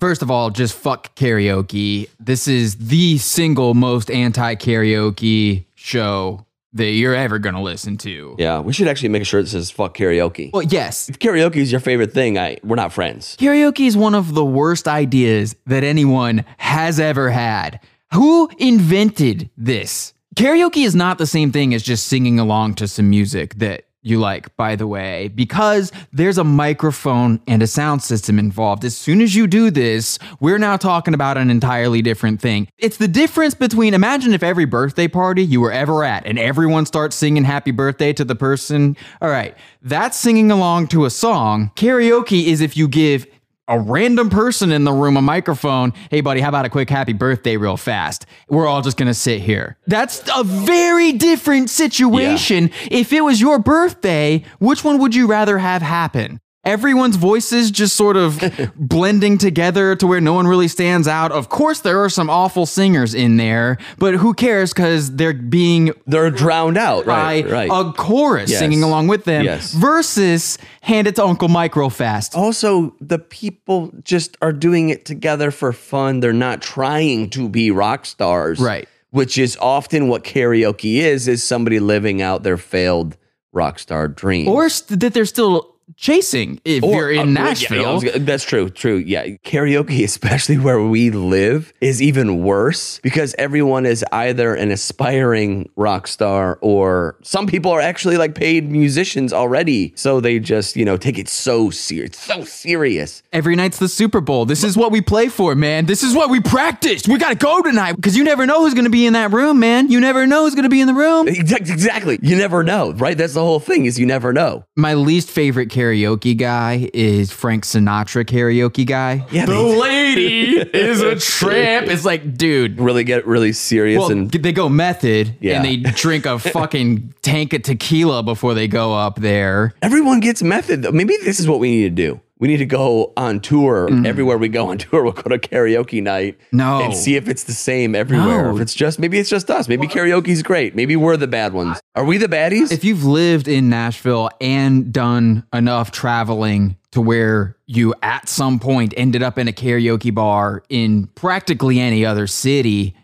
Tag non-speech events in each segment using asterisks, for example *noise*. First of all, just fuck karaoke. This is the single most anti karaoke show that you're ever going to listen to. Yeah, we should actually make a shirt that says "fuck karaoke." Well, yes, if karaoke is your favorite thing, I we're not friends. karaoke is one of the worst ideas that anyone has ever had. Who invented this? Karaoke is not the same thing as just singing along to some music that you like, by the way, because there's a microphone and a sound system involved. As soon as you do this, we're now talking about an entirely different thing. It's the difference between imagine if every birthday party you were ever at and everyone starts singing happy birthday to the person. All right, that's singing along to a song. Karaoke is if you give a random person in the room a microphone. Hey, buddy, how about a quick happy birthday, real fast? We're all just gonna sit here. That's a very different situation. If it was your birthday, which one would you rather have happen? Everyone's voices just sort *laughs* of blending together to where no one really stands out. Of course, there are some awful singers in there, but who cares because they're being They're drowned out. by Right. Uh, Right. a chorus Yes. singing along with them Yes. Oh. versus hand it to Uncle Mike real fast. also, the people just are doing it together for fun. They're not trying to be rock stars. Right. Which is often what karaoke is, is somebody living out their failed rock star dream. or st- that they're still chasing if Or- you're in uh, yeah, Nashville. yeah, I was gonna- that's true, true. Yeah. Karaoke, *laughs* especially where we live, is even worse because everyone is either an aspiring rock star or some people are actually like paid musicians already. So they just, you know, take it so serious, so serious. Every night's the Super Bowl. This is what we play for, man. This is what we practiced. We got to go tonight because you never know who's going to be in that room, man. You never know who's going to be in the room. Exact- Exactly. You never know, right? That's the whole thing is you never know. My least favorite karaoke guy is Frank Sinatra karaoke guy. Yeah, the they- lady is a tramp. It's like, dude. Really get really serious Well, and they go method Yeah. and they drink *laughs* a fucking tank of tequila before they go up there. everyone gets method. though. Maybe this is what we need to do. We need to go on tour. Everywhere we go on tour, *laughs* we'll go to karaoke night. Mm. No. and see if it's the same everywhere. No. If it's just maybe it's just us. Maybe karaoke's great. Maybe we're the bad ones. Are we the baddies? if you've lived in Nashville and done enough traveling to where you at some point ended up in a karaoke bar in practically any other city,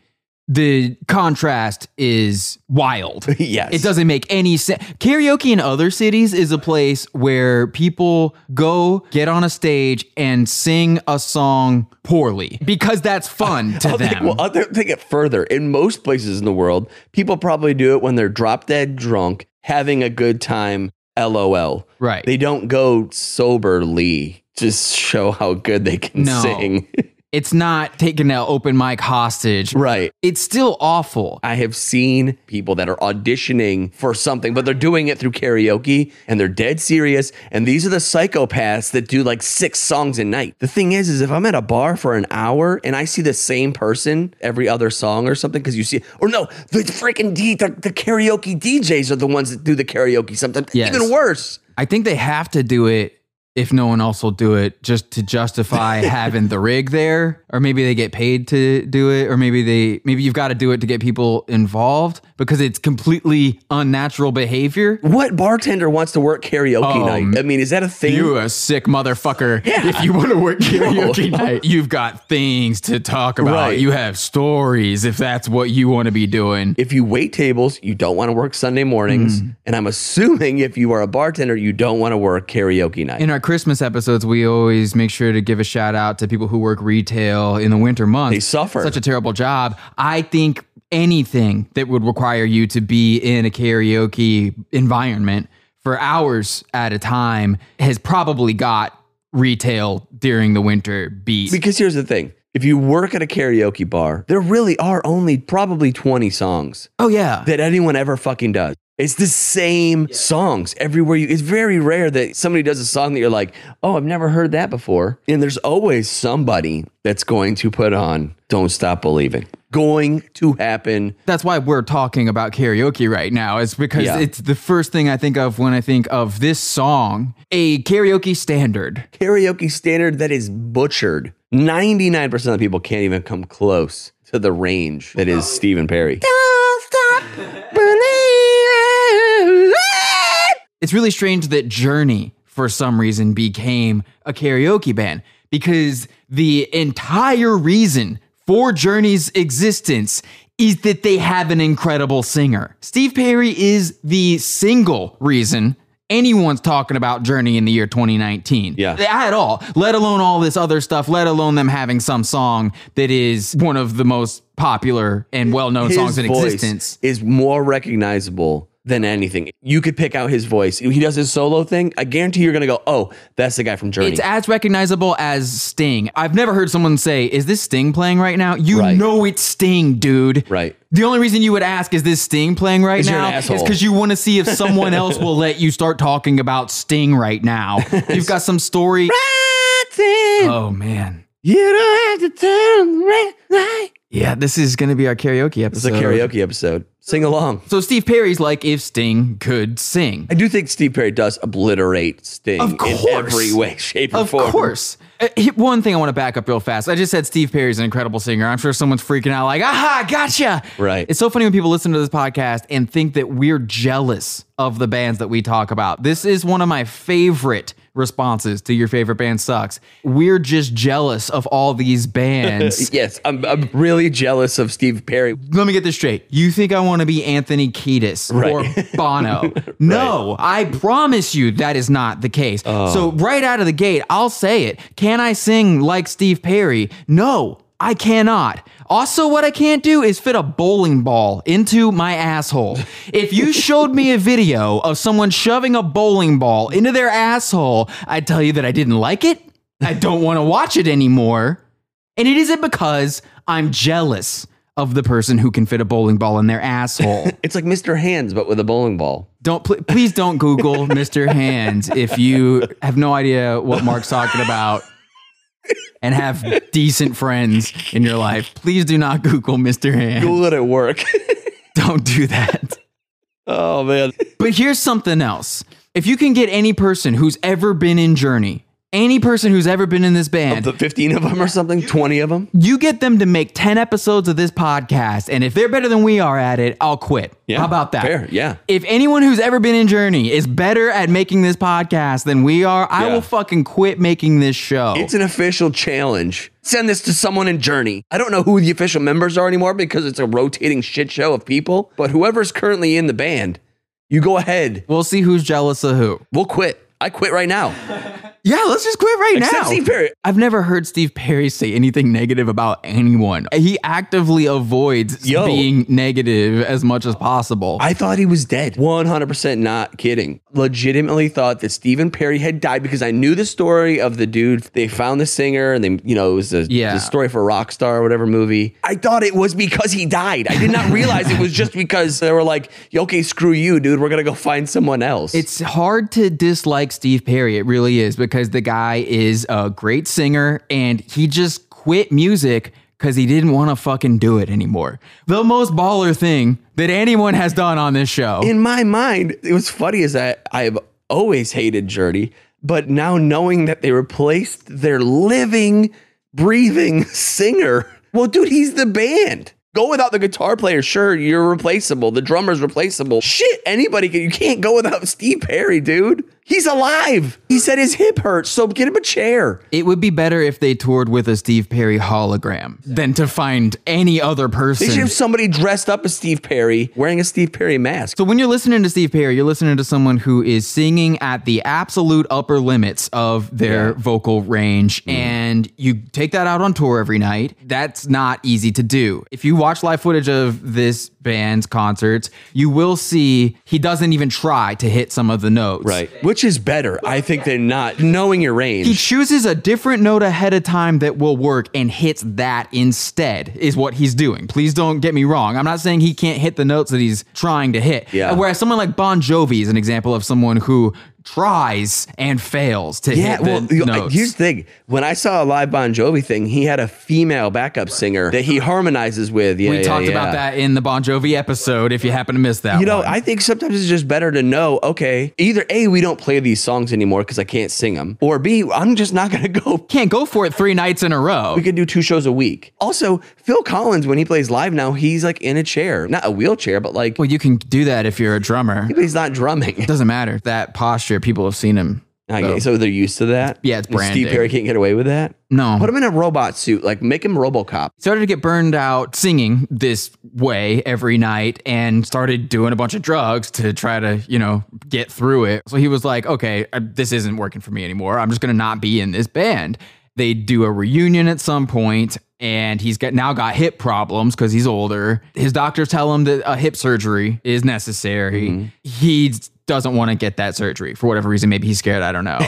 the contrast is wild. *laughs* yes. It doesn't make any sense. Karaoke in other cities is a place where people go get on a stage and sing a song poorly because that's *laughs* fun to I'll them. take, well, I'll take it further. In most places in the world, people probably do it when they're drop dead drunk, having a good time. LOL. right. They don't go soberly. Just show how good they can No. sing. *laughs* it's not taking an open mic hostage. right. It's still awful. I have seen people that are auditioning for something, but they're doing it through karaoke and they're dead serious. And these are the psychopaths that do like six songs a night. The thing is, is if I'm at a bar for an hour and I see the same person every other song or something, because you see, or no, the freaking D, the, the karaoke DJs are the ones that do the karaoke sometimes. Yes. Even worse. I think they have to do it if no one else will do it just to *laughs* justify having the rig there or maybe they get paid to do it or maybe they maybe you've got to do it to get people involved because it's completely unnatural behavior. What bartender wants to work karaoke Oh, night? I mean, is that a thing? You a sick motherfucker. If you want to work karaoke *laughs* night, you've got things to talk about. Right. You have stories if that's what you want to be doing. if you wait tables, you don't want to work Sunday mornings. Mm. And I'm assuming if you are a bartender, you don't want to work karaoke night. In our Christmas episodes, we always make sure to give a shout out to people who work retail in the winter months. They suffer. Such a terrible job. I think anything that would require you to be in a karaoke environment for hours at a time has probably got retail during the winter beat. because here's the thing if you work at a karaoke bar, there really are only probably 20 songs oh, yeah. that anyone ever fucking does. It's the same songs everywhere you. It's very rare that somebody does a song that you're like, oh, I've never heard that before. And there's always somebody that's going to put on Don't Stop Believing. Going to happen. That's why we're talking about karaoke right now. Is because Yeah. it's the first thing I think of when I think of this song, a karaoke standard. karaoke standard that is butchered. 99% of the people can't even come close to the range that is Stephen Perry. Don't stop believing. It's really strange that Journey, for some reason, became a karaoke band because the entire reason for Journey's existence is that they have an incredible singer. Steve Perry is the single reason anyone's talking about Journey in the year 2019. Yeah. At all, let alone all this other stuff, let alone them having some song that is one of the most popular and well known His songs in voice existence. is more recognizable than anything. You could pick out his voice. He does his solo thing. I guarantee you're gonna go, oh, that's the guy from Journey. Uh, It's as recognizable as Sting. I've never heard someone say, Is this Sting playing right now? You Right. know it's Sting, dude. Right. The only reason you would ask, Is this Sting playing right you're an now? asshole. Is because you want to see if someone *laughs* else will let you start talking about Sting right now. You've got some story. oh, man. You don't have to turn red light. Yeah, this is going to be our karaoke It's a episode. karaoke episode. Sing along. So Steve Perry's like, If Sting could sing. I do think Steve Perry does obliterate Sting Of in every course. way, shape, or Of form. course. Uh, he- One thing I want to back up real fast. I just said Steve Perry's an incredible singer. I'm sure someone's freaking out like, aha, gotcha. Right. It's so funny when people listen to this podcast and think that we're jealous of the bands that we talk about. This is one of my favorite responses to your favorite band sucks. We're just jealous of all these *laughs* bands. Yes, I'm, I'm really jealous of Steve Perry. Let me get this straight. You think I want to be Anthony Kiedis or *laughs* Right. *laughs* Bono? No, I promise you that is not the case. Oh. So right out of the gate, I'll say it. Can I sing like Steve Perry? No, I cannot. Also, what I can't do is fit a bowling ball into my *laughs* asshole. If you showed me a video of someone shoving a bowling ball into their asshole, I'd tell you that I didn't like it. I don't want to watch it anymore. And it isn't because I'm jealous of the person who can fit a bowling ball in their *laughs* asshole. It's like Mr. Hands, but with a bowling ball. don't pl- please don't Google Mr. Hands if you have no idea what Mark's talking about and have decent friends in your life. Please do not Google Mr. Hands. Cool it at work. *laughs* Don't do that. oh man. But here's something else. If you can get any person who's ever been in Journey, any person who's ever been in this band, The 15 of them or something, 20 of them. you get them to make 10 episodes of this podcast, and if they're better than we are at it, I'll quit. How about that? Fair. Yeah. If anyone who's ever been in Journey is better at making this podcast than we are, I Yeah. will fucking quit making this show. It's an official challenge. Send this to someone in Journey. I don't know who the official members are anymore because it's a rotating shit show of people, but whoever's currently in the band, you go ahead. we'll see who's jealous of who. We'll quit. I quit right now. Yeah, let's just quit right Except now. Steve Perry. I've never heard Steve Perry say anything negative about anyone. He actively avoids Yo. being negative as much as possible. I thought he was dead. 100% not kidding. Legitimately thought that Stephen Perry had died because I knew the story of the dude. They found the singer and they, you know, it was a, Yeah. the story for Rockstar or whatever movie. I thought it was because he died. I did not realize it was just because they were like, okay, screw you, dude. We're going to go find someone else. It's hard to dislike Steve Perry. It really is because the guy is a great singer and he just quit music because he didn't want to fucking do it anymore. The most baller thing that anyone has done on this show. in my mind, it was funny is that I've always hated Journey, but now knowing that they replaced their living, breathing *laughs* singer, well, dude, he's the band. Go without the guitar player, sure, you're replaceable. The drummer's replaceable. Shit, anybody can. You can't go without Steve Perry, dude. He's alive. He said his hip hurts, so get him a chair. it would be better if they toured with a Steve Perry hologram than to find any other They should person. have somebody dressed up as Steve Perry wearing a Steve Perry mask. So when you're listening to Steve Perry, you're listening to someone who is singing at the absolute upper limits of their vocal range and you take that out on tour every night. That's not easy to do. If you watch live footage of this band's concerts, you will see he doesn't even try to hit some of the notes. Which is better, I think, than not knowing your range. He chooses a different note ahead of time that will work and hits that instead, is what he's doing. Please don't get me wrong. I'm not saying he can't hit the notes that he's trying to hit. Yeah. Whereas someone like Bon Jovi is an example of someone who tries and fails to Yeah, hit the well, you- notes. here's the thing. When I saw a live Bon Jovi thing, he had a female backup singer that he harmonizes with. Yeah, we yeah, talked yeah. about that in the Bon Jovi episode if you happen to miss that. You know, one. I think sometimes it's just better to know, okay, either A, we don't play these songs anymore because I can't sing them, or B, I'm just not going to *laughs* go. can't go for it three nights in a row. We could do two shows a week. Also, Phil Collins, when he plays live now, he's like in a chair, not a wheelchair, but like, Well, you can do that if you're a drummer. *laughs* he's not drumming. *laughs* Doesn't matter. That posture, people have seen him Okay, so they're used to that. Oh. Yeah, it's And branding. Steve Perry can't get away with that. No. Put him in a robot suit, like make him RoboCop. started to get burned out singing this way every night and started doing a bunch of drugs to try to, you know, get through it. So he was like, okay, uh, this isn't working for me anymore. I'm just going to not be in this band. They do a reunion at some point and he's got now got hip problems cuz he's older. His doctors tell him that a hip surgery is necessary. He doesn't want to get that surgery for whatever reason. Maybe he's scared, I don't know.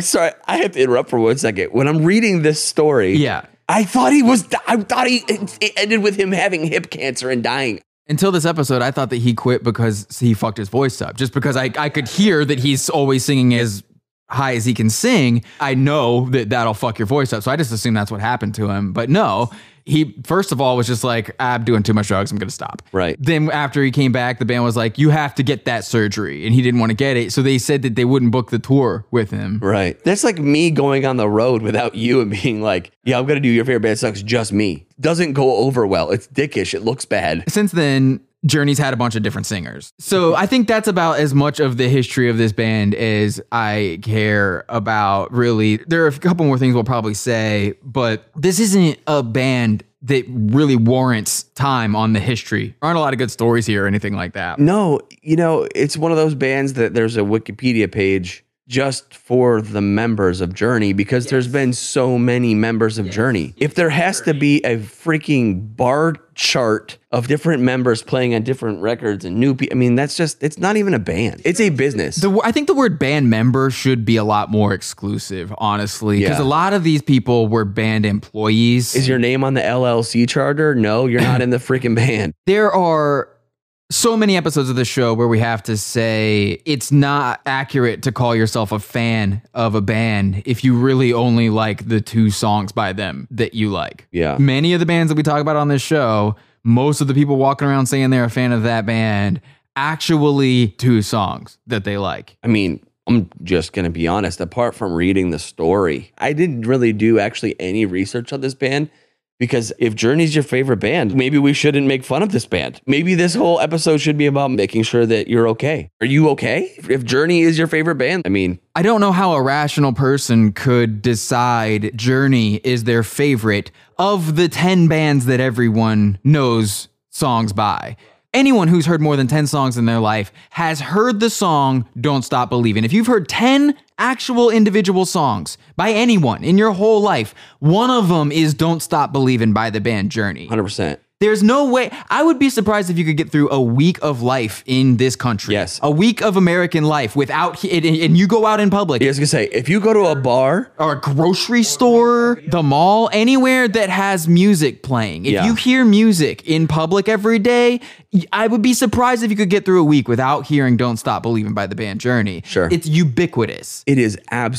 Sorry, I have to interrupt for one second. When I'm reading this story, yeah. I thought he was. I thought he it ended with him having hip cancer and dying. Until this episode, I thought that he quit because he fucked his voice up. Just because I, I could hear that he's always singing as high as he can sing, I know that that'll fuck your voice up. So I just assume that's what happened to him. But no, he first of all was just like, "Ah, I'm doing too much drugs. I'm going to stop. Right. Then after he came back, the band was like, You have to get that surgery. And he didn't want to get it. So they said that they wouldn't book the tour with him. Right. That's like me going on the road without you and being like, yeah, I'm going to do your favorite band sucks, just me. Doesn't go over well. It's dickish. It looks bad. since then journey's had a bunch of different singers so i think that's about as much of the history of this band as i care about really there are a couple more things we'll probably say but this isn't a band that really warrants time on the history there aren't a lot of good stories here or anything like that No, you know, it's one of those bands that there's a Wikipedia page just for the members of Journey because there's been so many members of Journey. If there has to be a freaking bar chart of different members playing on different records and new people, I mean, that's just, it's not even a band, it's a business. The, I think the word band member should be a lot more exclusive, honestly, because Yeah. a lot of these people were band employees. Is your name on the LLC charter? No, you're not in the freaking band. there are so many episodes of the show where we have to say it's not accurate to call yourself a fan of a band if you really only like the two songs by them that you like. Yeah. Many of the bands that we talk about on this show, most of the people walking around saying they're a fan of that band actually two songs that they like. I mean, I'm just going to be honest. Apart from reading the story, I didn't really do actually any research on this band because if Journey's your favorite band, maybe we shouldn't make fun of this band. Maybe this whole episode should be about making sure that you're okay. Are you okay? If Journey is your favorite band, I mean, I don't know how a rational person could decide Journey is their favorite of the 10 bands that everyone knows songs by. Anyone who's heard more than 10 songs in their life has heard the song Don't Stop Believing. If you've heard 10 actual individual songs by anyone in your whole life, one of them is Don't Stop Believing by the band Journey. 100%. There's no way. I would be surprised if you could get through a week of life in this country. Yes. A week of American life without, and, and you go out in public I was going to say, if you go to a bar, or a grocery store, the mall, anywhere that has music playing. If Yeah. you hear music in public every day, y- I would be surprised if you could get through a week without hearing Don't Stop Believing by the band Journey. Sure. It's ubiquitous. it is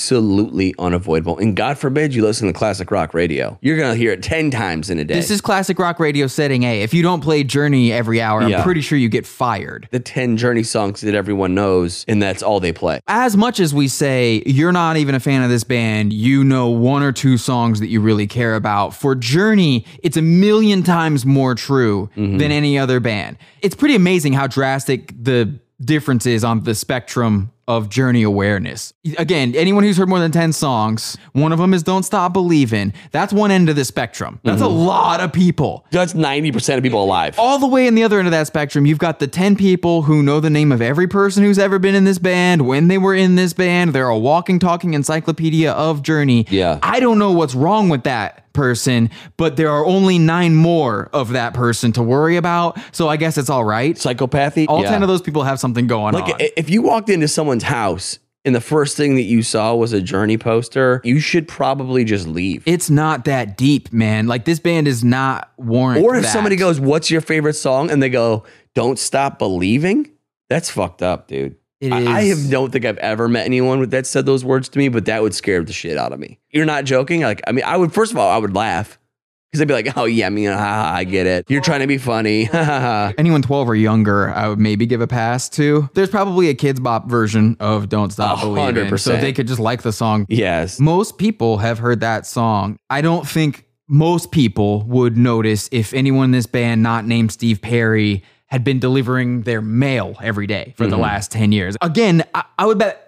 absolutely unavoidable. And God forbid you listen to classic rock radio. You're going to hear it 10 times in a day. This is classic rock radio setting A. If you don't play Journey every hour, Yeah. I'm pretty sure you get fired. the 10 Journey songs that everyone knows, and that's all they play. as much as we say you're not even a fan of this band, you know one or two songs that you really care about. For Journey, it's a million times more true than any other band. It's pretty amazing how drastic the difference is on the spectrum of Journey awareness. Again, anyone who's heard more than 10 songs, one of them is Don't Stop Believin'. That's one end of the spectrum. That's a lot of people That's 90% of people alive. all the way in the other end of that spectrum, you've got the 10 people who know the name of every person who's ever been in this band, when they were in this band. They're a walking, talking encyclopedia of Journey. Yeah. I don't know what's wrong with that person, but there are only nine more of that person to worry about. So I guess it's all right. Psychopathy. All 10 of those people have something going on. Like, i- if you walked into someone's house and the first thing that you saw was a Journey poster, you should probably just leave. it's not that deep, man. Like this band is not warranted. or if somebody goes, What's your favorite song? and they go, Don't Stop Believing, that's fucked up, dude. It I, I is. have don't think I've ever met anyone with- that said those words to me, but that would scare the shit out of me. You're not joking. Like, I mean, I would first of all, I would laugh because I'd be like, "Oh yeah, I mean, ha, ha, I get it. You're trying to be funny." *laughs* Ha, ha, ha. anyone 12 or younger, I would maybe give a pass to. There's probably a kids bop version of Don't Stop A hundred Believing. So percent. they could just like the song. yes, Most people have heard that song. I don't think most people would notice if anyone in this band not named Steve Perry had been Mm-hmm. delivering their mail every day for the last 10 years. Again, I, I would bet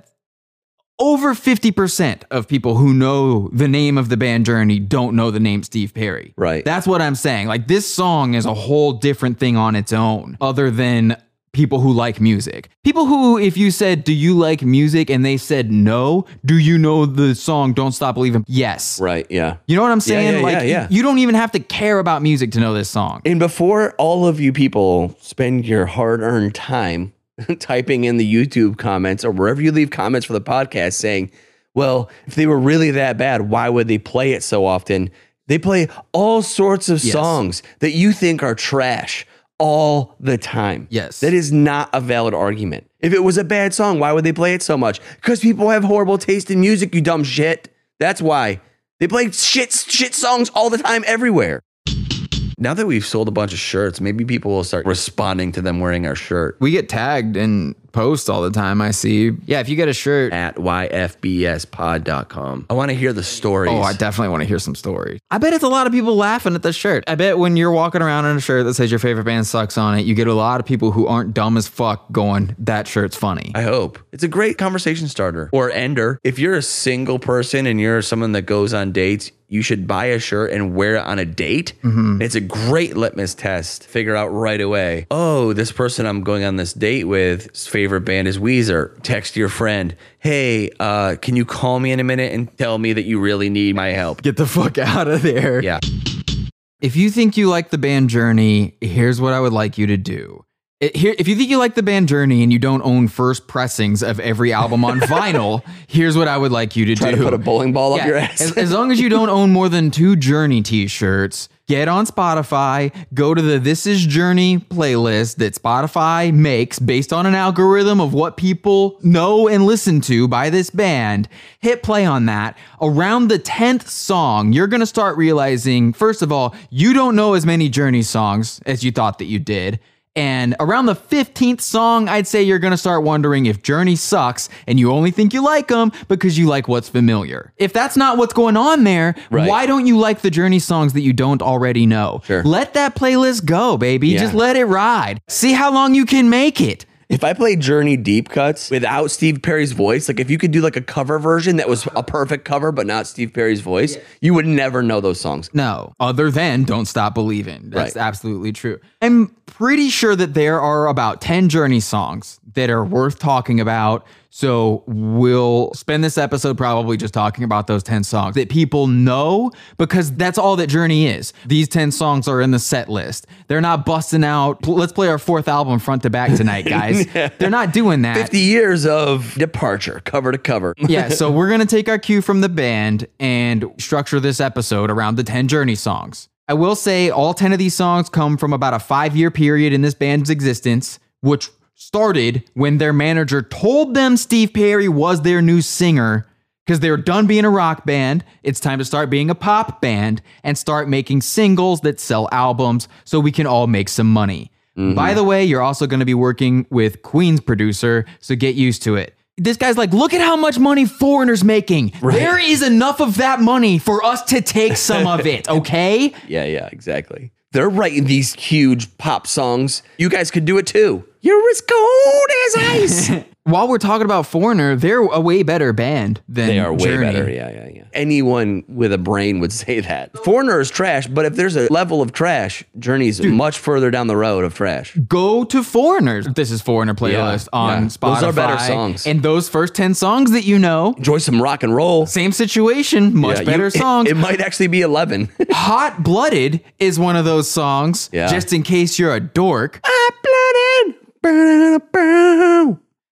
over 50% of people who know the name of the band Journey don't know the name Steve Perry. Right. That's what I'm saying. Like this song is a whole different thing on its own, other than people who like music. People who, if you said, Do you like music? and they said no, do you know the song Don't Stop Believing? Yes. right. Yeah. You know what I'm saying? yeah, like yeah, yeah. you don't even have to care about music to know this song. And before all of you people spend your hard earned time *laughs* typing in the YouTube comments or wherever you leave comments for the podcast saying, well, if they were really that bad, why would they play it so often? They play all sorts of Yes. songs that you think are trash all the time. Yes. That is not a valid argument. If it was a bad song, why would they play it so much? Because people have horrible taste in music, you dumb shit. That's why. They play shit shit songs all the time everywhere. Now that we've sold a bunch of shirts, maybe people will start responding to them wearing our shirt We get tagged and post all the time. I see. Yeah, if you get a shirt, at yfbspod.com. I want to hear the stories. Oh, I definitely want to hear some stories. I bet it's a lot of people laughing at the shirt. I bet when you're walking around in a shirt that says your favorite band sucks on it, you get a lot of people who aren't dumb as fuck going, that shirt's funny. I hope. It's a great conversation starter or ender. If you're a single person and you're someone that goes on dates, you should buy a shirt and wear it on a date. Mm-hmm. It's a great litmus test. Figure out right away. Oh, this person I'm going on this date with, his favorite band is Weezer. Text your friend, hey, uh, can you call me in a minute and tell me that you really need my help? Get the fuck out of there. Yeah. If you think you like the band Journey, here's what I would like you to do. It- here, if you think you like the band Journey and you don't own first pressings of every album *laughs* on vinyl, here's what I would like you to Try do. to put a bowling ball up Yeah, your ass. As, as long as you don't own more than two Journey t shirts, get on Spotify, go to the This Is Journey playlist that Spotify makes based on an algorithm of what people know and listen to by this band. Hit play on that. Around the 10th song, you're going to start realizing, first of all, you don't know as many Journey songs as you thought that you did. And around the 15th song, I'd say you're going to start wondering if Journey sucks and you only think you like them because you like what's familiar. If that's not what's going on there, Right. why don't you like the Journey songs that you don't already know? Sure. Let that playlist go, baby. Yeah. Just let it ride. See how long you can make it. If I play Journey deep cuts without Steve Perry's voice, like if you could do like a cover version that was a perfect cover but not Steve Perry's voice, you would never know those songs. No, other than Don't Stop Believing. That's Right. absolutely true. I'm pretty sure that there are about 10 Journey songs that are worth talking about. So we'll spend this episode probably just talking about those 10 songs that people know because that's all that Journey is. These 10 songs are in the set list. They're not busting out, "Pl- let's play our fourth album front to back tonight, guys. They're not doing that. 50 years of departure, cover to cover. *laughs* yeah, so we're going to take our cue from the band and structure this episode around the 10 Journey songs. I will say all 10 of these songs come from about a five year period in this band's existence, which started when their manager told them Steve Perry was their new singer because they were done being a rock band. It's time to start being a pop band and start making singles that sell albums so we can all make some money. Mm-hmm. By the way, you're also going to be working with Queen's producer, so get used to it. This guy's like, look at how much money Foreigner's making. There is enough of that money for us to take some of *laughs* it, okay? *laughs* Yeah, yeah, exactly. They're writing these huge pop songs. You guys could do it too. You're as cold as ice. While we're talking about Foreigner, they're a way better band than *laughs* They are way Journey. better. Yeah, yeah, yeah. Anyone with a brain would say that. Foreigner is trash, but if there's a level of trash, Journey's much further down the road of trash. go to Foreigners. This is Foreigner playlist Yeah, on yeah. Spotify. Those are better songs. And those first 10 songs that you know, Enjoy some rock and roll. same situation, much Yeah, you- better it- songs. It, might actually be *laughs* 11. Hot Blooded is one of those songs, Yeah. just in case you're a dork. Blooded.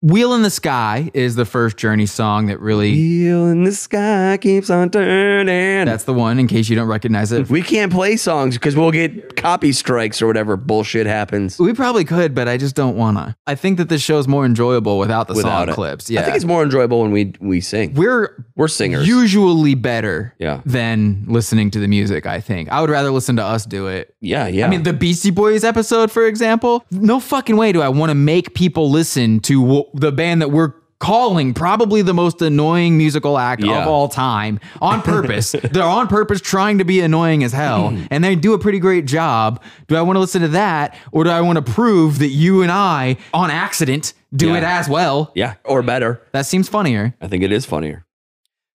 Wheel in the Sky is the first Journey song that really, Wheel in the sky keeps on turning. that's the one in case you don't recognize *laughs* it. we can't play songs because we'll get copy strikes or whatever bullshit happens We probably could, but I just don't wanna. I think that this show's more enjoyable without the without song it. clips. Yeah. I think it's more enjoyable when we we sing. we're We're singers. usually better Yeah. than listening to the music, I think. I would rather listen to us do it yeah, yeah. I mean, the Beastie Boys episode, for example, no fucking way do I want to make people listen to w- the band that we're calling probably the most annoying musical act Yeah. of all time on *laughs* purpose. They're on purpose trying to be annoying as hell, Hmm. and they do a pretty great job. Do I want to listen to that, or do I want to prove that you and I, on accident, do Yeah. it as well? Yeah, or better. That seems funnier. I think it is funnier.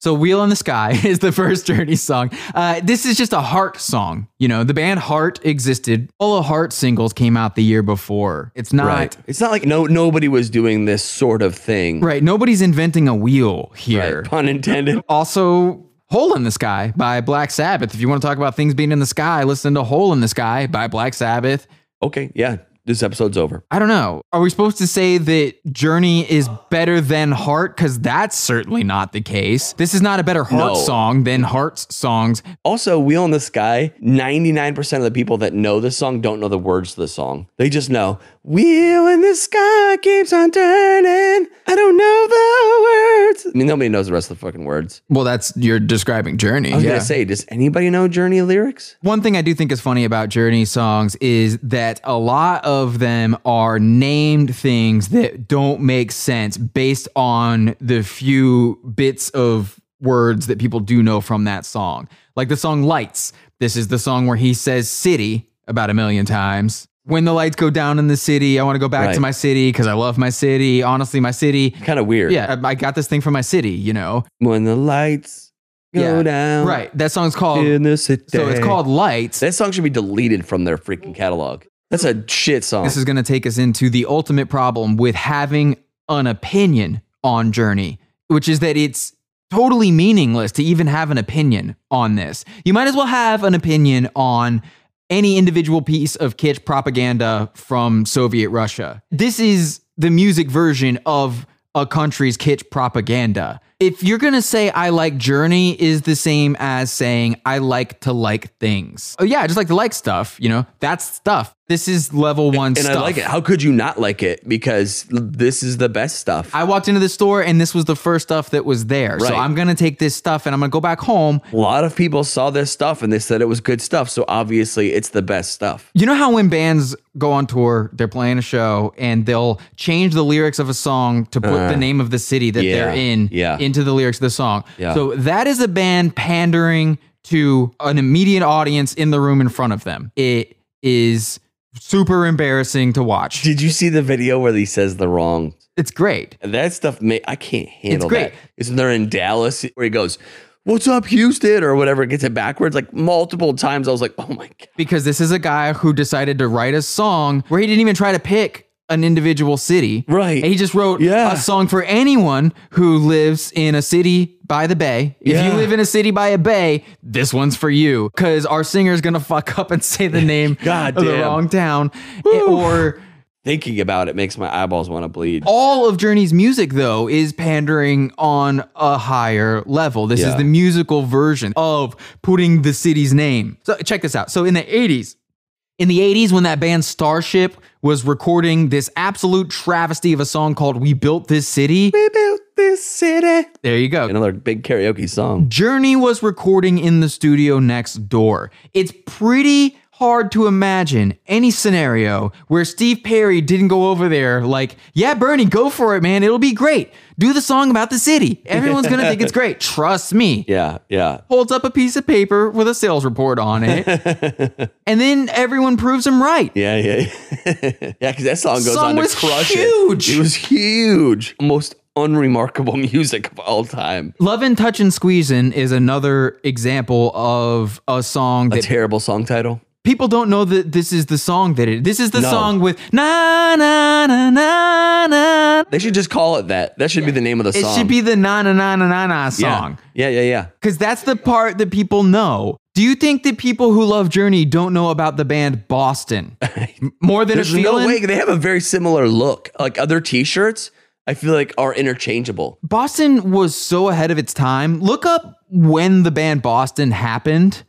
So Wheel in the Sky *laughs* is the first Journey song. Uh, this is just a Heart song. You know, the band Heart existed. All the Heart singles came out the year before. It's not right. It's not like no nobody was doing this sort of thing. nobody's inventing a wheel here. Right, Pun intended. Also Hole in the Sky by Black Sabbath. If you want to talk about things being in the sky, listen to Hole in the Sky by Black Sabbath. Okay, yeah. This episode's over. I don't know. Are we supposed to say that Journey is better than Heart? Because that's certainly not the case. This is not a better Heart No. song than Heart's songs. Also, Wheel in the Sky, 99% of the people that know this song don't know the words to the song. They just know, Wheel in the Sky keeps on turning. I don't know the words. I mean, nobody knows the rest of the fucking words. Well, that's you're describing Journey. I was going to say, does anybody know Journey lyrics? One thing I do think is funny about Journey songs is that a lot of them are named things that don't make sense based on the few bits of words that people do know from that song. Like the song Lights. This is the song where he says city about a million times. When the lights go down in the city, I want to go back Right. to my city because I love my city. Honestly, my city. Kind of weird. Yeah, I I got this thing from my city, you know? When the lights go Yeah, down. Right. That song's called, Uh, In the city. so it's called Lights. That song should be deleted from their freaking catalog. That's a shit song. This is going to take us into the ultimate problem with having an opinion on Journey, which is that it's totally meaningless to even have an opinion on this. You might as well have an opinion on any individual piece of kitsch propaganda from Soviet Russia. This is the music version of a country's kitsch propaganda. If you're going to say I like Journey is the same as saying I like to like things. Oh yeah, I just like to like stuff, you know. That's stuff. This is level 1 and stuff. I like it. How could you not like it? Because this is the best stuff. I walked into the store and this was the first stuff that was there. So Right. I'm going to take this stuff and I'm going to go back home. a lot of people saw this stuff and they said it was good stuff. So obviously, it's the best stuff. You know how when bands go on tour, they're playing a show and they'll change the lyrics of a song to put the name of the city that Uh-huh. yeah, they're in yeah. into the lyrics of the song. Yeah. So that is a band pandering to an immediate audience in the room in front of them. It is super embarrassing to watch. Did you see the video where he says the wrong? It's great. That stuff, ma- I can't handle great. that. Isn't there in Dallas where he goes, "What's up, Houston?" or whatever? Gets it backwards like multiple times. I was like, "Oh my god!" because this is a guy who decided to write a song where he didn't even try to pick an individual city. Right. He just wrote Yeah. a song for anyone who lives in a city by the bay. If Yeah. you live in a city by a bay, this one's for you because our singer's going to fuck up and say *laughs* the name God of the damn. wrong town. Or Thinking about it makes my eyeballs want to bleed. all of Journey's music, though, is pandering on a higher level. This is Yeah. the musical version of putting the city's name. So check this out. So in the 80s, in the 80s, when that band Starship was recording this absolute travesty of a song called We Built This City, We built this city. there you go. Another big karaoke song. Journey was recording in the studio next door. It's pretty hard to imagine any scenario where Steve Perry didn't go over there like, "Yeah, Bernie, go for it, man. It'll be great. Do the song about the city. Everyone's going to think it's *laughs* great. Trust me." Yeah, yeah. Holds up a piece of paper with a sales report on *laughs* it. and then everyone proves him right. Yeah, yeah, yeah. *laughs* Because that song goes Song on to was crush huge. it. It was huge. Most unremarkable *laughs* music of all time. Love and Touch and Squeezin' is another example of a song that Terrible song title. people don't know that this is the song that it this is the No. song with na na na na na They should just call it that. That should be the name of the it song. should be the na na na na na na yeah. song Yeah, yeah, yeah. because that's the part that people know do you think that people who love journey don't know about the band *laughs* boston M- more than There's a no feeling way they have a very similar look. Like other T-shirts, I feel like are interchangeable. boston was so ahead of its time look up when the band boston happened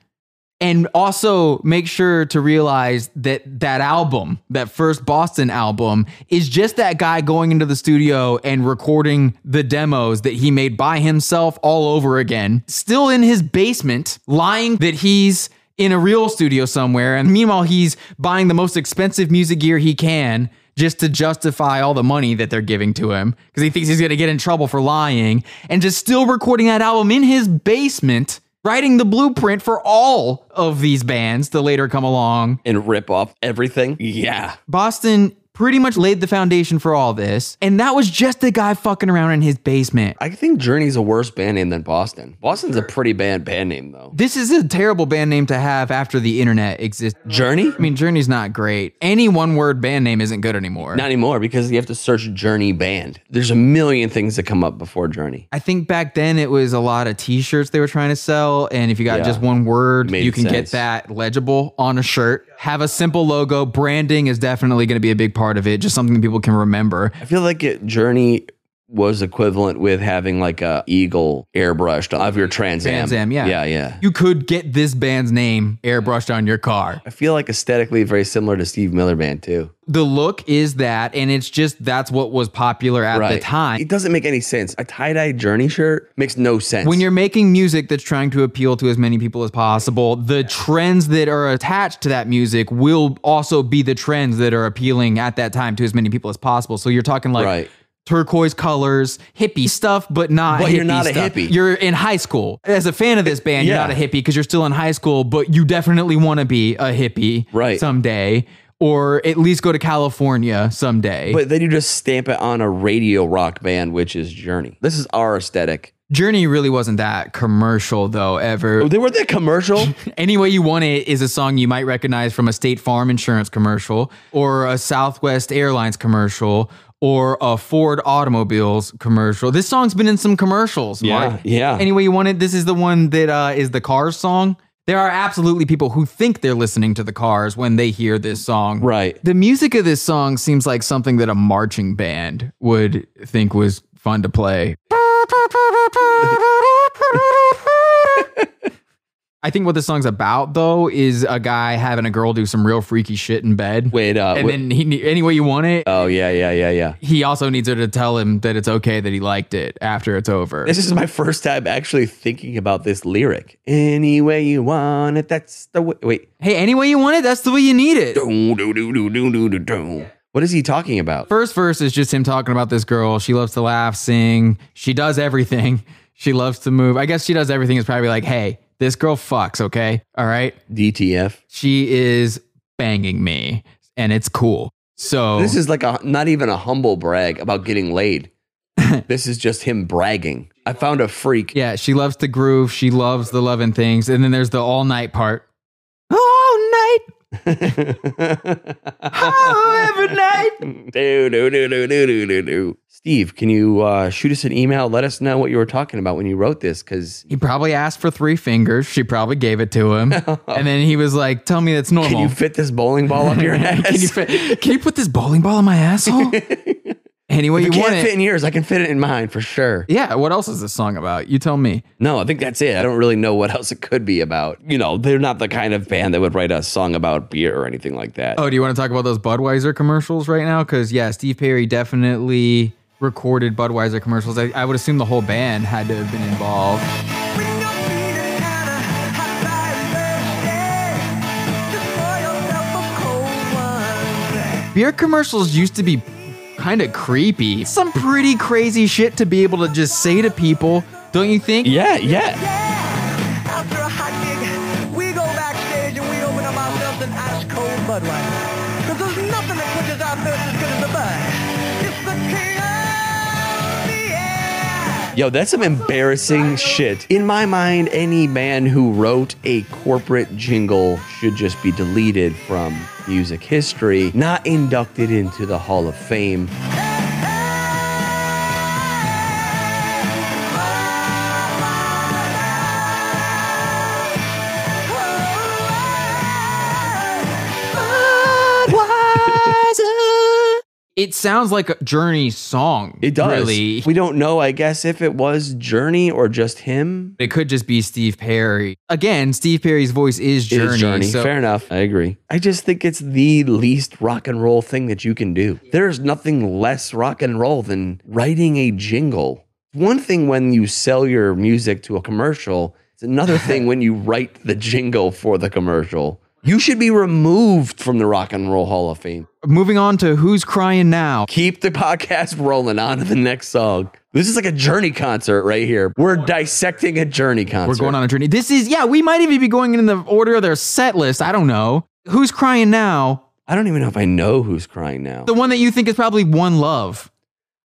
and also make sure to realize that that album, that first Boston album, is just that guy going into the studio and recording the demos that he made by himself all over again, still in his basement, lying that he's in a real studio somewhere. And meanwhile, he's buying the most expensive music gear he can just to justify all the money that they're giving to him because he thinks he's going to get in trouble for lying and just still recording that album in his basement, writing the blueprint for all of these bands to later come along. and rip off everything. Yeah. Boston pretty much laid the foundation for all this, and that was just the guy fucking around in his basement. I think Journey's a worse band name than Boston. Boston's a pretty bad band name though. This is a terrible band name to have after the internet exists. Journey? I mean, Journey's not great. Any one word band name isn't good anymore. Not anymore because you have to search Journey band. There's a million things that come up before Journey. I think back then it was a lot of T-shirts they were trying to sell, and if you got Yeah. just one word, Made you can get sense. that legible on a shirt. Have a simple logo. Branding is definitely going to be a big part of it. Just something people can remember. I feel like it, Journey was equivalent with having like a eagle airbrushed of your Trans Am. Trans Am, yeah. Yeah, yeah. You could get this band's name airbrushed on your car. I feel like aesthetically very similar to Steve Miller Band too. The look is that, and it's just that's what was popular at the time. It doesn't make any sense. A tie-dye Journey shirt makes no sense. When you're making music that's trying to appeal to as many people as possible, the trends that are attached to that music will also be the trends that are appealing at that time to as many people as possible. So you're talking like Right. turquoise colors, hippie stuff, but not. But you're hippie not a stuff. hippie. You're in high school. As a fan of this band, Yeah. you're not a hippie because you're still in high school, but you definitely want to be a hippie Right. someday, or at least go to California someday. But then you just stamp it on a radio rock band, which is Journey. This is our aesthetic. Journey really wasn't that commercial though ever. Oh, They were that commercial. Any Way You Want It is a song you might recognize from a State Farm insurance commercial or a Southwest Airlines commercial or a Ford Automobiles commercial. This song's been in some commercials. Mark. *laughs* yeah. Any Way You Want It, this is the one that uh, is the Cars song. There are absolutely people who think they're listening to the Cars when they hear this song. right. The music of this song seems like something that a marching band would think was fun to play. I think what this song's about, though, is a guy having a girl do some real freaky shit in bed. *laughs* Wait. Uh, and wait- then he, any way you want it, oh yeah, yeah, yeah, yeah. he also needs her to tell him that it's okay that he liked it after it's over. This is my first time actually thinking about this lyric. Any way you want it, that's the way. Wait. hey, any way you want it, that's the way you need it. Dun, dun, dun, dun, dun, dun, dun, dun. What is he talking about? First verse is just him talking about this girl. She loves to laugh, sing. She does everything. *laughs* She loves to move. I guess she does everything. Is probably like, hey, this girl fucks, okay? All right. DTF. She is banging me, and it's cool. So This is like a not even a humble brag about *laughs* getting laid. this is just him bragging. I found a freak. yeah, she loves to groove. She loves the loving things. And then there's the all night part. All *laughs* night, oh, every night. *laughs* do, do, do, do, do, do, do, do. Steve, can you uh, shoot us an email? Let us know what you were talking about when you wrote this, because He probably asked for three fingers. She probably gave it to *laughs* him. and then he was like, tell me that's normal. can you fit this bowling ball up your ass? *laughs* Can you, fit, can you put this bowling ball in my *laughs* asshole? Any way If you want it *laughs* can't it. fit in yours. I can fit it in mine for sure. yeah, what else is this song about? You tell me. No, I think that's it. I don't really know what *laughs* else it could be about. You know, they're not the kind of band that would write a song about beer or anything like that. Oh, do you want to talk about those Budweiser commercials right now? Because, yeah, Steve Perry definitely recorded Budweiser commercials. I, I would assume the whole band had to have been involved. Bring up Peter Panner, hot fire birthday. Just pour yourself a cold one. Beer commercials used to be kind of creepy. Some pretty crazy shit to be able to just say to people, don't you think? *laughs* Yeah, yeah. Yeah. After a hot gig, we go backstage and we open up ourselves an ice cold Budweiser. 'Cause there's nothing that quenches our thirst as good as the Bud. It's the king of the air. Yo, that's some embarrassing shit. In my mind, any man who wrote a corporate jingle should just be deleted from music history, not inducted into the Hall of Fame. It sounds like a Journey song. It does. Really. We don't know, I guess, if it was Journey or just him. It could just be Steve Perry. Again, Steve Perry's voice is It Journey. is Journey. so- Fair enough. I agree. I just think it's the least rock and roll thing that you can do. There's nothing less rock and roll than writing a jingle. One thing when you sell your music to a commercial, it's another *laughs* thing when you write the jingle for the commercial. You should be removed from the Rock and Roll Hall of Fame. Moving on to Who's Crying Now. Keep the podcast rolling on to the next song. This is like a Journey concert right here. We're dissecting a Journey concert. We're going on a journey. This is, yeah, we might even be going in the order of their set list. I don't know. Who's Crying Now? I don't even know if I know who's crying now. The one that you think is probably One Love.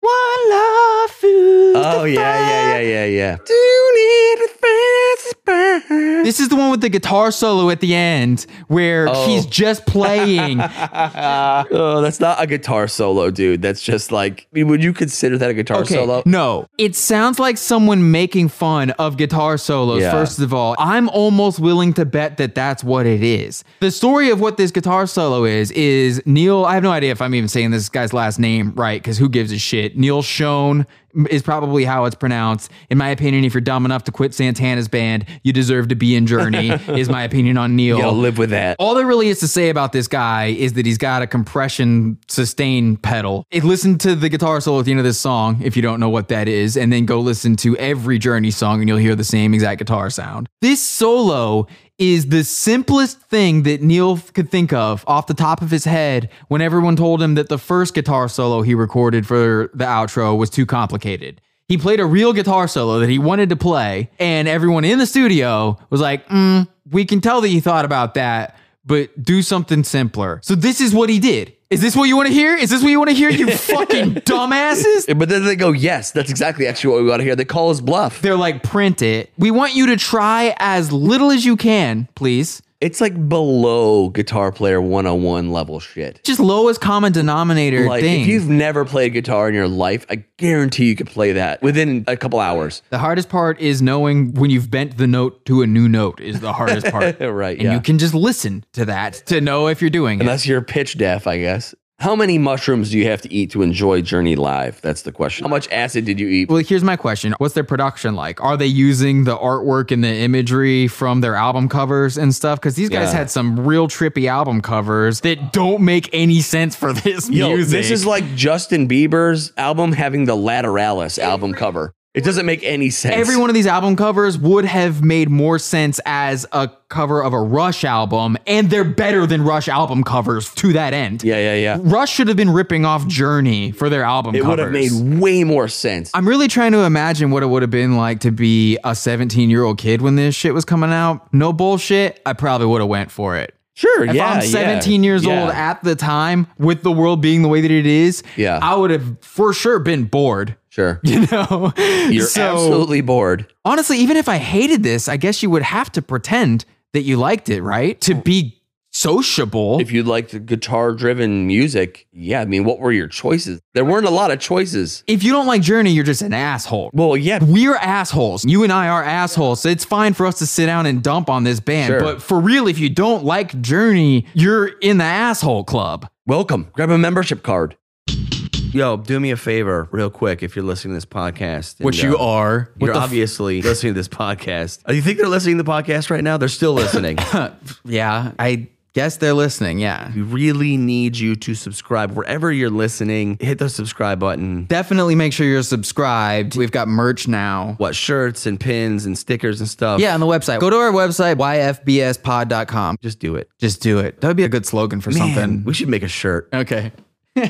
One Love. is Oh the yeah, yeah, fire. yeah, yeah, yeah. Do you need a fast burn? This is the one with the guitar solo at the end where Oh. he's just *laughs* playing. okay, Oh, that's not a guitar solo, dude. That's just like, I mean, would you consider that a guitar solo? no. It sounds like someone making fun of guitar solos, Yeah. first of all. I'm almost willing to bet that that's what it is. The story of what this guitar solo is, is Neil, I have no idea if I'm even saying this guy's last name right, because who gives a shit? Neil Schoen is probably how it's pronounced. In my opinion, if you're dumb enough to quit Santana's band, you deserve to be in *laughs* Journey, is my opinion on Neil. Yo, live with that. All there really is to say about this guy is that he's got a compression sustain pedal. It, listen to the guitar solo at the end of this song if you don't know what that is, and then go listen to every Journey song and you'll hear the same exact guitar sound. This solo is the simplest thing that Neil could think of off the top of his head when everyone told him that the first guitar solo he recorded for the outro was too complicated. He played a real guitar solo that he wanted to play, and everyone in the studio was like, mm, "We can tell that you thought about that, but do something simpler." So this is what he did. Is this what you want to hear? Is this what you want to hear? *laughs* You fucking dumbasses! Eh, But then they go, yes, that's exactly actually what we want to hear. They call us bluff. They're like, "Print it. We want you to try as little as you can, please." It's like below Guitar Player 101 level shit. Just lowest common denominator Like, thing. if you've never played guitar in your life, I guarantee you could play that within a couple hours. The hardest part is knowing when you've bent the note to a new note is the hardest part. *laughs* Right, And yeah. you can just listen to that to know if you're doing it. Unless you're pitch deaf, I guess. How many mushrooms do you have to eat to enjoy Journey Live? That's the question. How much acid did you eat? Well, here's my question. What's their production like? Are they using the artwork and the imagery from their album covers and stuff? Because these guys Yeah. had some real trippy album covers that don't make any sense for *laughs* this Yo, music. this is like Justin Bieber's album having the Lateralis album cover. It doesn't make any sense. Every one of these album covers would have made more sense as a cover of a Rush album, and they're better than Rush album covers to that end. Yeah, yeah, yeah. Rush should have been ripping off Journey for their album It covers. would have made way more sense. I'm really trying to imagine what it would have been like to be a 17 year old kid when this shit was coming out. No bullshit. I probably would have went for it. Sure, If yeah. I'm yeah, 17 years yeah. old at the time, with the world being the way that it is, Yeah. I would have for sure been bored. *laughs* *laughs* sure. You know, You're So, absolutely bored. honestly, even if I hated this, I guess you would have to pretend that you liked it, right? To be sociable. If you liked guitar driven music, yeah, I mean, what were your choices? There weren't a lot of choices. if you don't like Journey, you're just an asshole. Well, yeah, we're assholes. You and I are assholes. So it's fine for us to sit down and dump on this band. Sure. But for real, if you don't like Journey, you're in the asshole club. welcome. Grab a membership card. Yo, do me a favor, real quick, if you're listening to this podcast. and, uh, are. What You're the obviously *laughs* listening to this podcast. Uh, You think they're listening to the podcast right now? They're still listening. f- yeah, I guess they're listening. Yeah. *laughs* we really need you to subscribe wherever you're listening. Hit the subscribe button. Definitely make sure you're subscribed. We've got merch now. What shirts and pins and stickers and stuff? Yeah, on the website. Go to our website, yfbspod.com. just do it. Just do it. That would be a good slogan for something. Man, we should make a shirt. Okay. *laughs*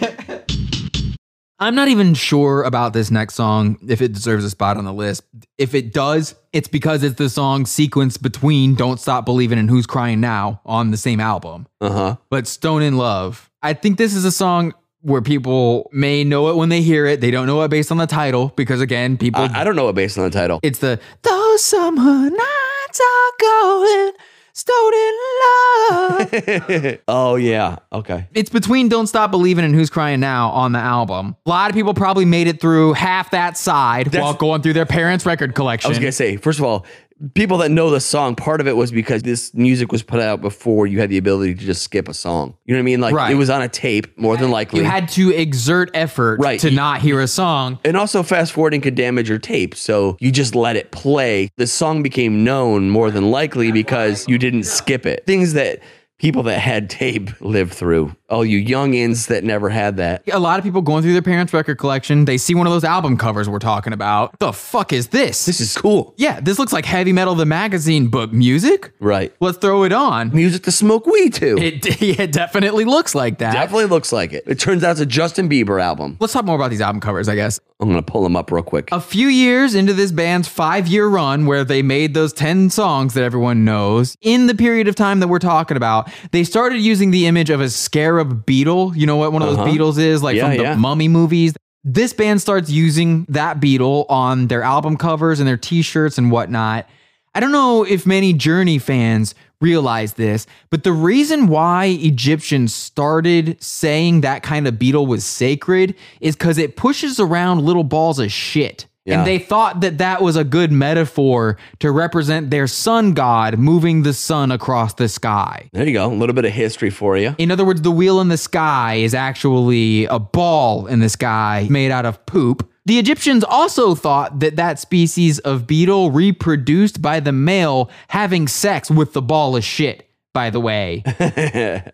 I'm not even sure about this next song if it deserves a spot on the list. If it does, it's because it's the song sequence between Don't Stop Believing and Who's Crying Now on the same album. Uh huh. But Stone in Love, I think this is a song where people may know it when they hear it. They don't know it based on the title because, again, people. I, I don't know it based on the title. it's the Those Summer Nights Are Going Stone in Love. oh yeah. Okay. it's between Don't Stop Believing and Who's Crying Now on the album. A lot of people probably made it through half that side That's- while going through their parents' record I collection. was gonna say, first of all, people that know the song, part of it was because this music was put out before you had the ability to just skip a song. You know what I mean? Like Right. it was on a tape, more than likely. you had to exert effort Right. to not hear a song. And also, fast forwarding could damage your tape. So you just let it play. The song became known more than likely because you didn't skip it. Things that people that had tape lived through. Oh, you youngins that never had that. A lot of people going through their parents' record collection, they see one of those album covers we're talking about. The fuck is this? This is cool. yeah, this looks like heavy metal the magazine, but music? Right. Let's throw it on. Music to smoke weed to. It, *laughs* it definitely looks like that. Definitely looks like it. It turns out it's a Justin Bieber album. Let's talk more about these album covers, I guess. I'm going to pull them up real quick. A few years into this band's five year run, where they made those 10 songs that everyone knows, in the period of time that we're talking about, they started using the image of a scarab beetle. You know what one of those Uh-huh. beetles is, like Yeah, from the yeah. mummy movies? This band starts using that beetle on their album covers and their t shirts and whatnot. I don't know if many Journey fans realize this, but the reason why Egyptians started saying that kind of beetle was sacred is because it pushes around little balls of shit. Yeah. And they thought that that was a good metaphor to represent their sun god moving the sun across the sky. There you go. A little bit of history for you. *laughs* In other words, the wheel in the sky is actually a ball in the sky made out of poop. The Egyptians also thought that that species of beetle reproduced by the male having sex with the ball of shit, by the *laughs* way. I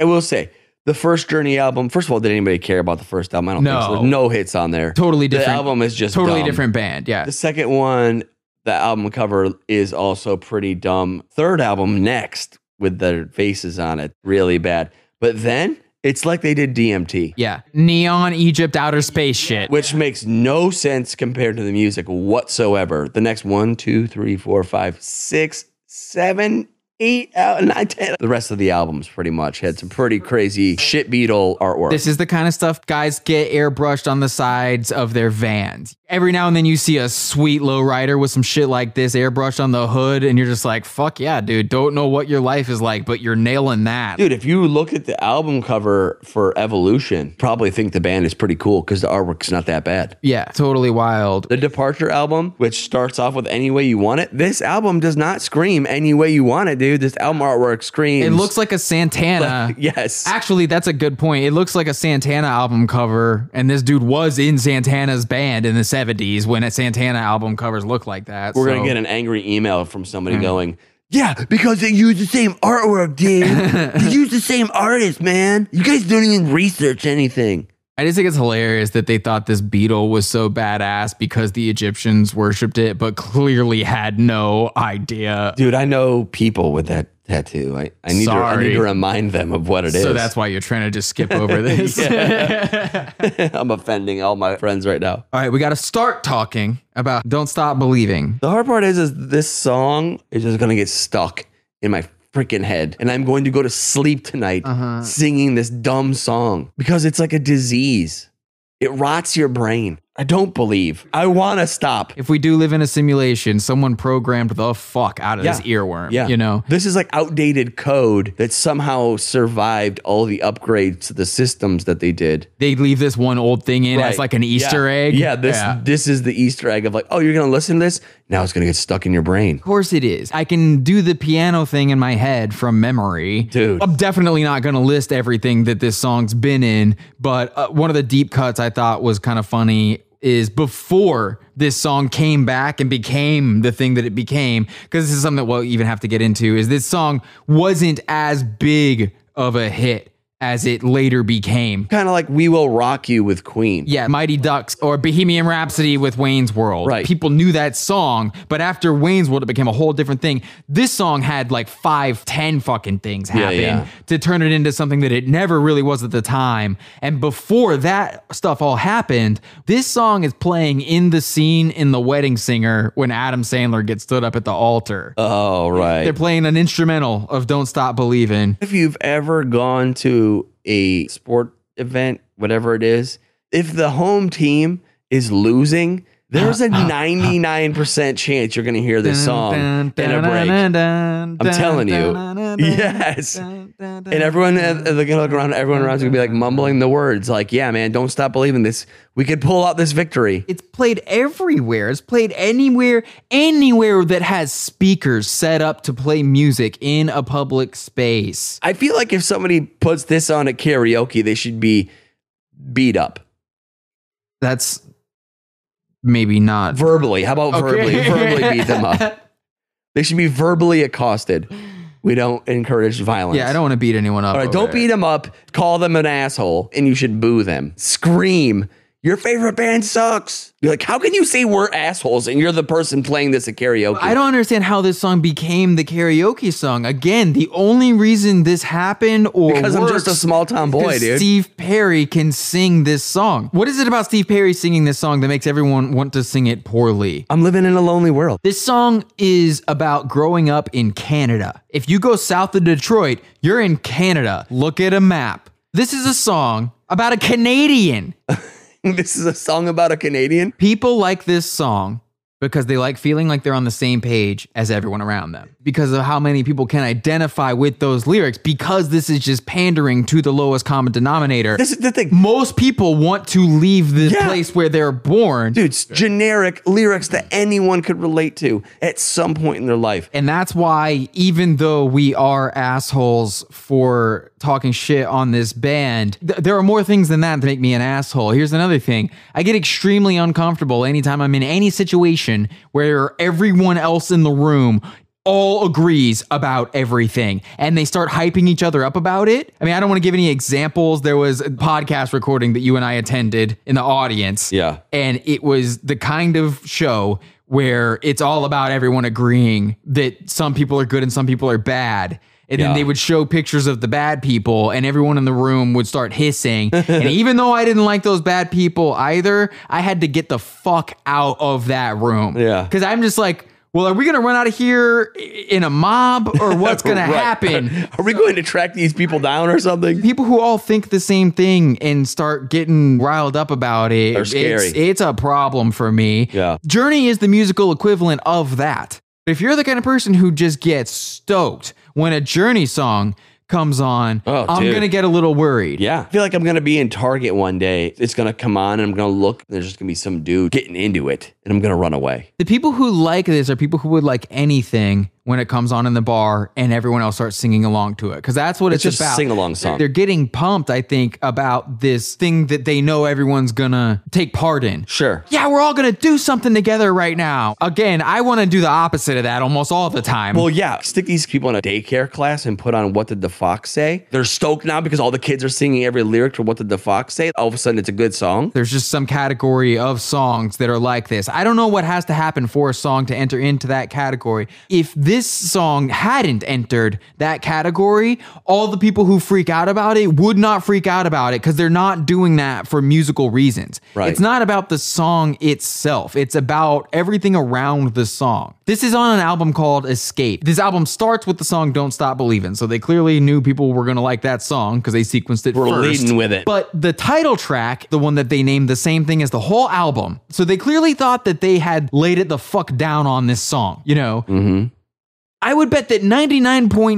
will say the first Journey album. First of all, did anybody care about the first album? I don't think so. No. There's no hits on there. Totally The different. album is just totally dumb. different band. Yeah. The second one, the album cover is also pretty dumb. Third album, next with their faces on it, really bad. But then it's like they did DMT, yeah. Neon Egypt outer space shit. which makes no sense compared to the music whatsoever. The next one, two, three, four, five, six, seven, eight, out, nine, ten. The rest of the albums pretty much had some pretty crazy shit beetle artwork. This is the kind of stuff guys get airbrushed on the sides of their vans. Every now and then you see a sweet lowrider with some shit like this airbrushed on the hood, and you're just like, fuck yeah, dude. Don't know what your life is like, but you're nailing that. Dude, if you look at the album cover for Evolution, probably think the band is pretty cool because the artwork's not that bad. Yeah, totally wild. The Departure album, which starts off with Any Way You Want It, this album does not scream Any Way You Want It, dude. This album artwork screams. It looks like a Santana. *laughs* Yes. Actually, that's a good point. It looks like a Santana album cover, and this dude was in Santana's band in the 70s when a Santana album covers look like that. We're going to get an angry email from somebody Mm. going, yeah, because they use the same artwork, *laughs* dude. they use the same artist, man. You guys don't even research anything. I just think it's hilarious that they thought this beetle was so badass because the Egyptians worshipped it, but clearly had no idea. Dude, I know people with that tattoo. I, I, need, to, I need Sorry. to remind them of what it is. So that's why you're trying to just skip over this. *laughs* I'm offending all my friends right now. *laughs* All right, we got to start talking about Don't Stop Believing. The hard part is, is this song is just gonna get stuck in my freaking head, and I'm going to go to sleep tonight Uh-huh. singing this dumb song because it's like a disease. It rots your brain. I don't believe. I want to stop. If we do live in a simulation, someone programmed the fuck out of this Yeah. earworm, you know? this is like outdated code that somehow survived all the upgrades to the systems that they did. They leave this one old thing in as Right. like an Yeah. Easter egg. Yeah, this this is the Easter egg of like, oh, you're gonna listen to this? Now it's gonna get stuck in your brain. Of course it is. I can do the piano thing in my head from memory. Dude. I'm definitely not going to list everything that this song's been in, but uh, one of the deep cuts I thought was kind of funny is before this song came back and became the thing that it became, because this is something that we'll even have to get into, is this song wasn't as big of a hit as it later became. Kind of like We Will Rock You with Queen. Yeah, Mighty Ducks or Bohemian Rhapsody with Wayne's World. Right. People knew that song, but after Wayne's World, it became a whole different thing. This song had like five, ten fucking things happen yeah. to turn it into something that it never really was at the time. And before that stuff all happened, this song is playing in the scene in The Wedding Singer when Adam Sandler gets stood up at the altar. Oh right. They're playing an instrumental of Don't Stop Believing. if you've ever gone to a sport event, whatever it is, if the home team is losing, there's a 99% chance you're going to hear this song in a break. I'm telling you. Yes. And And everyone, uh, they're gonna look around. Everyone around is gonna be like mumbling the words, like, "Yeah, man, don't stop believing this. We could pull out this victory." It's played everywhere. It's played anywhere, anywhere that has speakers set up to play music in a public space. I feel like if somebody puts this on at karaoke, they should be beat up That's maybe not. verbally. How about verbally? Verbally beat them up. They should be verbally accosted. We don't encourage violence. Yeah, I don't Oh, want to beat anyone up. All right, over don't it. beat them up. Call them an asshole, and you should boo them. Scream. Your favorite band sucks. You're like, how can you say we're assholes and you're the person playing this at karaoke? I don't understand how this song became the karaoke song. Again, the only reason this happened or because I'm just a works small town boy, is dude. Steve Perry can sing this song. What is it about Steve Perry singing this song that makes everyone want to sing it poorly? I'm living in a lonely world. *laughs* This song is about growing up in Canada. If you go south of Detroit, you're in Canada. Look at a map. This is a song about a Canadian. this is a song about a Canadian. People like this song because they like feeling like they're on the same page as everyone around them because of how many people can identify with those lyrics because this is just pandering to the lowest common denominator. This is the thing. Most people want to leave the Yeah. place where they're born. Dude, it's generic lyrics that anyone could relate to at some point in their life. And that's why, even though we are assholes for talking shit on this band, th- there are more things than that that make me an asshole. Here's another thing I get extremely uncomfortable anytime I'm in any situation where everyone else in the room all agrees about everything and they start hyping each other up about it. I mean, I don't want to give any examples. There was a podcast recording that you and I attended in the audience. Yeah. And it was the kind of show where it's all about everyone agreeing that some people are good and some people are bad. And then Yeah. they would show pictures of the bad people, and everyone in the room would start *laughs* hissing. and even though I didn't like those bad people either, I had to get the fuck out of that room. Yeah. Because I'm just like, well, are we going to run out of here i- in a mob *laughs* or what's going to Right. happen? *laughs* Are we going to track these people down or something? People who all think the same thing and start getting riled up about it. They're scary. It's, it's a problem for me. Yeah. Journey is the musical equivalent of that. But if you're the kind of person who just gets stoked when a Journey song comes on, Oh, I'm dude. going to get a little worried. Yeah. I feel like I'm going to be in Target one day. It's going to come on and I'm going to look. There's just going to be some dude getting into it and I'm going to run away. The people who like this are people who would like anything when it comes on in the bar and everyone else starts singing along to it. Because that's what it's, It's just about. a sing along song. They're getting pumped, I think, about this thing that they know everyone's going to take part in. Sure. Yeah, we're all going to do something together right now. Again, I want to do the opposite of that almost all the time. Well, yeah. Stick these people in a daycare class and put on What Did the Fox Say? They're stoked now because all the kids are singing every lyric to What Did the Fox Say? All of a sudden, it's a good song. there's just some category of songs that are like this. I don't know what has to happen for a song to enter into that category. If this song hadn't entered that category, all the people who freak out about it would not freak out about it because they're not doing that for musical reasons. Right. It's not about the song itself, it's about everything around the song. This is on an album called Escape. This album starts with the song Don't Stop Believin', so they clearly knew people were going to like that song because they sequenced it We're first. leading with it. But the title track, the one that they named the same thing as the whole album, so they clearly thought that they had laid it the fuck down on this song, you know? I would bet that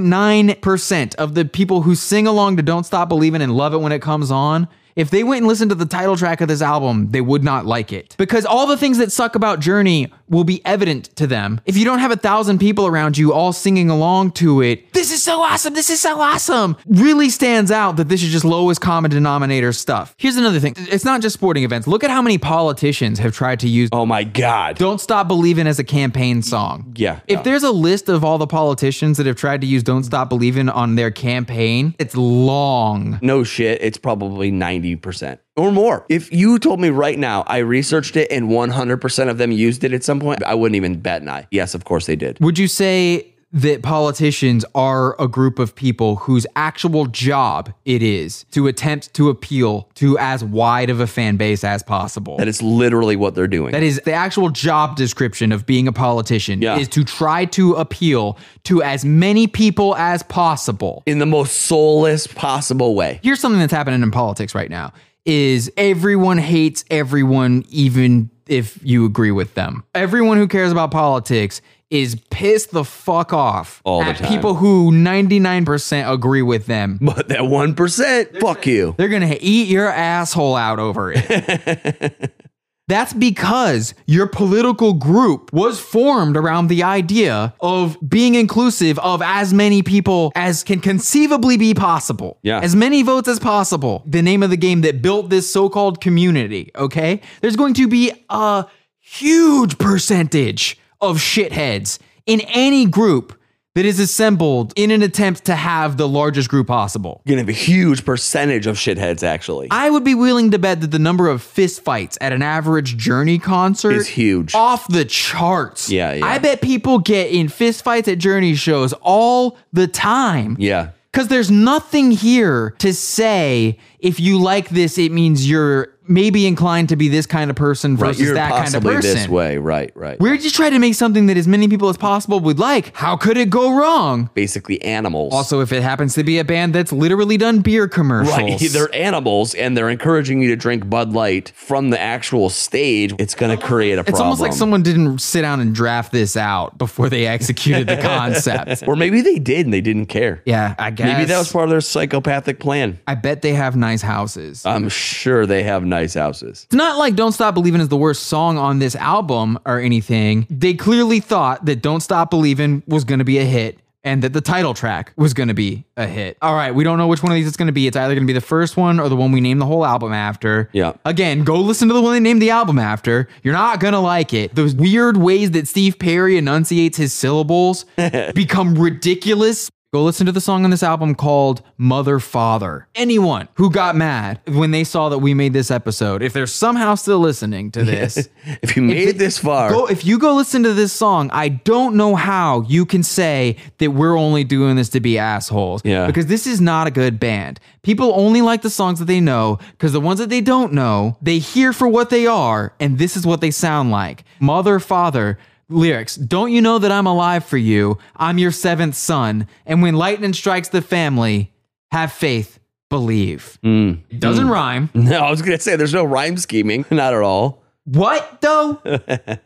99.9% of the people who sing along to Don't Stop Believin' and love it when it comes on, if they went and listened to the title track of this album, they would not like it. Because all the things that suck about Journey will be evident to them. If you don't have a thousand people around you all singing along to it, this is so awesome, this is so awesome, really stands out that this is just lowest common denominator stuff. Here's another thing it's not just sporting events. Look at how many politicians have tried to use Oh my God. don't Stop Believing as a campaign song. Yeah, If yeah. there's a list of all the politicians that have tried to use Don't Stop Believing on their campaign, it's long. No shit, it's probably 90% or more. If you told me right now, I researched it and 100% of them used it at some point, I wouldn't even bet an eye. Yes, of course they did. Would you say that politicians are a group of people whose actual job it is to attempt to appeal to as wide of a fan base as possible? That is literally what they're doing. That is the actual job description of being a politician Yeah. is to try to appeal to as many people as possible. in the most soulless possible way. here's something that's happening in politics right now is everyone hates everyone even if you agree with them everyone who cares about politics is pissed the fuck off All the at time. people who 99% agree with them But that 1%, fuck you. *laughs* they're gonna eat your asshole out over it. That's because your political group was formed around the idea of being inclusive of as many people as can conceivably be possible. Yeah. As many votes as possible. The name of the game that built this so called community, okay? There's going to be a huge percentage of shitheads in any group that is assembled in an attempt to have the largest group possible. You're gonna have a huge percentage of shitheads actually. I would be willing to bet that the number of fist fights at an average Journey concert Is huge. off the charts. Yeah, yeah. I bet people get in fist fights at Journey shows all the time. yeah. Because there's nothing here to say if you like this, it means you're maybe inclined to be this kind of person Right. versus You're that kind of possibly person. this way. Right, right. We're just trying to make something that as many people as possible would like. How could it go wrong? Basically animals. *laughs* Also, if it happens to be a band that's literally done beer commercials, Right. *laughs* They're animals and they're encouraging you to drink Bud Light from the actual stage. It's going to create a problem. it's almost like someone didn't sit down and draft this out before they executed the *laughs* concept. Or maybe they did and they didn't care. Yeah, I guess. Maybe that was part of their psychopathic plan. I bet they have nice houses. I'm sure they have nice houses. It's not like Don't Stop Believin' is the worst song on this album or anything. They clearly thought that Don't Stop Believin' was going to be a hit and that the title track was going to be a hit. All right, we don't know which one of these it's going to be. It's either going to be the first one or the one we named the whole album after. Yeah. Again, go listen to the one they named the album after. You're not going to like it. Those weird ways that Steve Perry enunciates his syllables become ridiculous. Go listen to the song on this album called Mother Father. Anyone who got mad when they saw that we made this episode, if they're somehow still listening to this, If you made it- it this far, go, if you go listen to this song, I don't know how you can say that we're only doing this to be assholes. Yeah. Because this is not a good band. People only like the songs that they know because the ones that they don't know, they hear for what they are, and this is what they sound like. Mother, father, lyrics. Don't you know that I'm alive for you? I'm your seventh son. And when lightning strikes the family, have faith, believe. Mm. It doesn't rhyme. *laughs* no, I was going to say there's no rhyme scheming. *laughs* Not at all. What *laughs* though?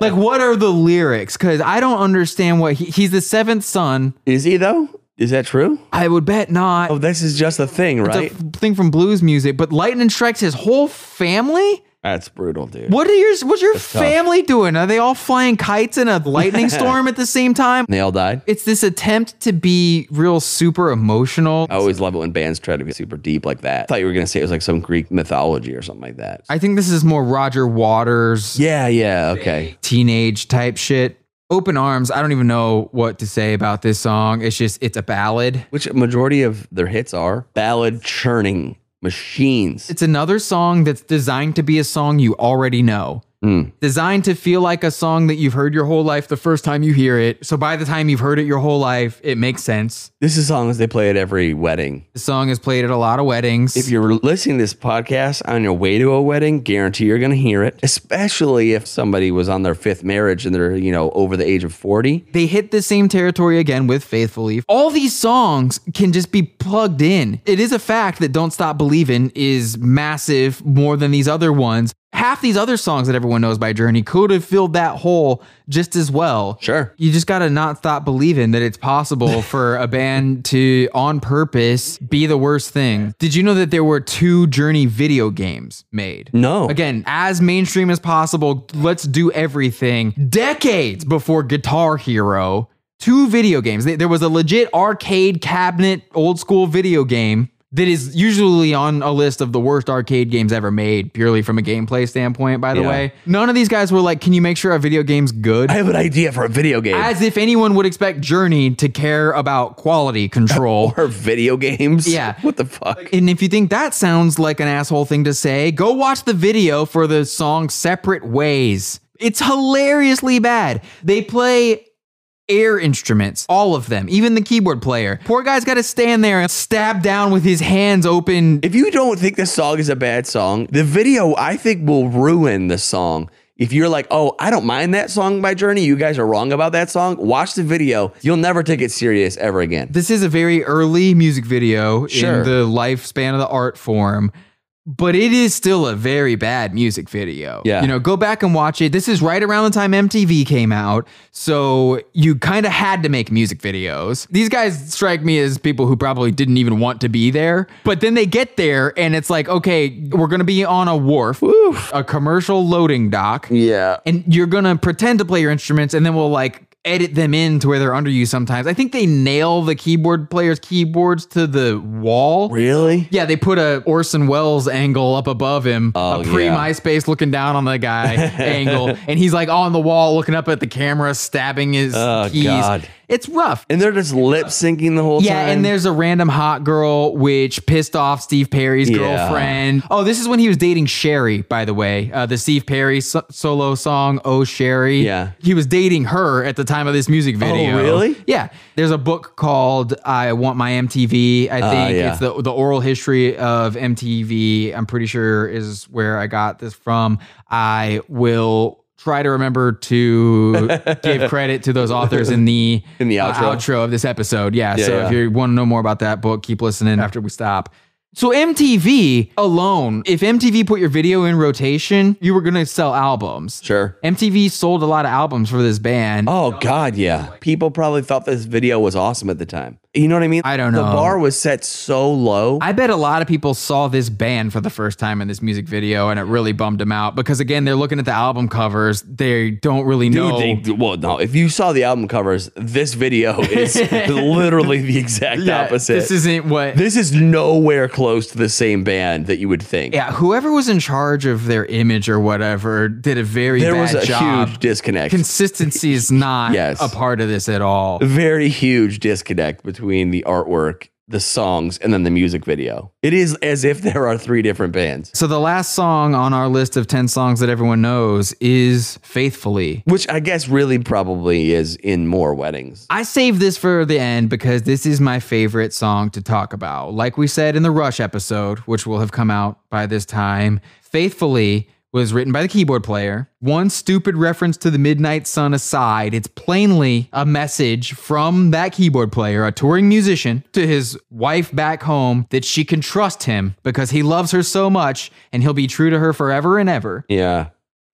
like, what are the lyrics? Because I don't understand what he, he's the seventh son. Is he though? Is that true? I would bet not. Oh, this is just a thing, It's a right? f- thing from blues music, but lightning strikes his whole family. That's brutal, dude. What are yours? What's your family doing? Are they all flying kites in a *laughs* lightning storm at the same time? They all died. It's this attempt to be real super emotional. I always love it when bands try to be super deep like that. I thought you were going to say it was like some Greek mythology or something like that. I think this is more Roger Waters yeah, yeah, okay. teenage type shit. Open Arms. I don't even know what to say about this song. It's just it's a ballad. Which majority of their hits are ballad churning machines. It's another song that's designed to be a song you already know. Designed to feel like a song that you've heard your whole life the first time you hear it. So by the time you've heard it your whole life, it makes sense. This is songs they play at every wedding. The song is played at a lot of weddings. If you're listening to this podcast on your way to a wedding, guarantee you're going to hear it, especially if somebody was on their fifth marriage and they're, you know, over the age of 40. they hit the same territory again with Faithfully. All these songs can just be plugged in. It is a fact that Don't Stop Believin' is massive more than these other ones. Half these other songs that everyone knows by Journey could have filled that hole just as well. Sure. You just got to not stop believing that it's *laughs* possible for a band to, on purpose, be the worst thing. Did you know that there were two Journey video games made? No. Again, as mainstream as possible, let's do everything. Decades before Guitar Hero, two video games. Th- There was a legit arcade cabinet, old school video game that is usually on a list of the worst arcade games ever made, purely from a gameplay standpoint, by the Yeah. way. None of these guys were like, can you make sure our video game's good? I have an idea for a video game. as if anyone would expect Journey to care about quality control. or video games? Yeah. *laughs* What the fuck? And if you think that sounds like an asshole thing to say, go watch the video for the song Separate Ways. It's hilariously bad. They play air instruments, all of them, even the keyboard player. Poor guy's got to stand there and stab down with his hands open. if you don't think this song is a bad song, the video I think will ruin the song. If you're like, oh, I don't mind that song by Journey, you guys are wrong about that song, watch the video. You'll never take it serious ever again. This is a very early music video Sure. in the lifespan of the art form, but it is still a very bad music video. Yeah. You know, go back and watch it. This is right around the time MTV came out. So you kind of had to make music videos. These guys strike me as people who probably didn't even want to be there, but then they get there and it's like, okay, we're going to be on a wharf, a commercial loading dock Yeah. and you're gonna pretend to play your instruments and then we'll like edit them in to where they're under you sometimes. I think they nail the keyboard players' keyboards to the wall. Really? Yeah, they put a Orson Welles angle up above him, Oh, a pre yeah. MySpace looking down on the guy *laughs* angle, and he's like on the wall looking up at the camera, stabbing his Oh, keys. God. It's rough. And they're just lip syncing the whole Yeah, time. and there's a random hot girl which pissed off Steve Perry's Yeah. girlfriend. Oh, this is when he was dating Sherry, by the way. Uh, the Steve Perry so- solo song "Oh Sherry." Yeah. Oh, he was dating her at the time of this music video. really? Yeah. There's a book called "I Want My MTV." I think Uh, yeah. it's the the oral history of MTV. I'm pretty sure is where I got this from. I will. Try to remember *laughs* to give credit to those authors in the In the uh, outro. outro of this episode. Yeah. so yeah. if you want to know more about that book, keep listening after we stop. So MTV alone, if MTV put your video in rotation, you were going to sell albums. sure. MTV sold a lot of albums for this band. Oh God, yeah. People probably thought this video was awesome at the time. You know what I mean? I don't The know. bar was set so low. I bet a lot of people saw this band for the first time in this music video and it really bummed them out because again, they're looking at the album covers. They don't really Dude, know. they- well, no. If you saw the album covers, this video is *laughs* literally the exact Yeah, opposite. This isn't what This is nowhere close to the same band that you would think. yeah, whoever was in charge of their image or whatever did a very there bad was a job. huge disconnect. consistency is not Yes. a part of this at all. very huge disconnect between the artwork, the songs, and then the music video. It is as if there are three different bands. So the last song on our list of 10 songs that everyone knows is Faithfully. Which I guess really probably is in more weddings. I saved this for the end because this is my favorite song to talk about. Like we said in the Rush episode, which will have come out by this time, Faithfully was written by the keyboard player. One stupid reference to the Midnight Sun aside, it's plainly a message from that keyboard player, a touring musician, to his wife back home that she can trust him because he loves her so much and he'll be true to her forever and ever. Yeah.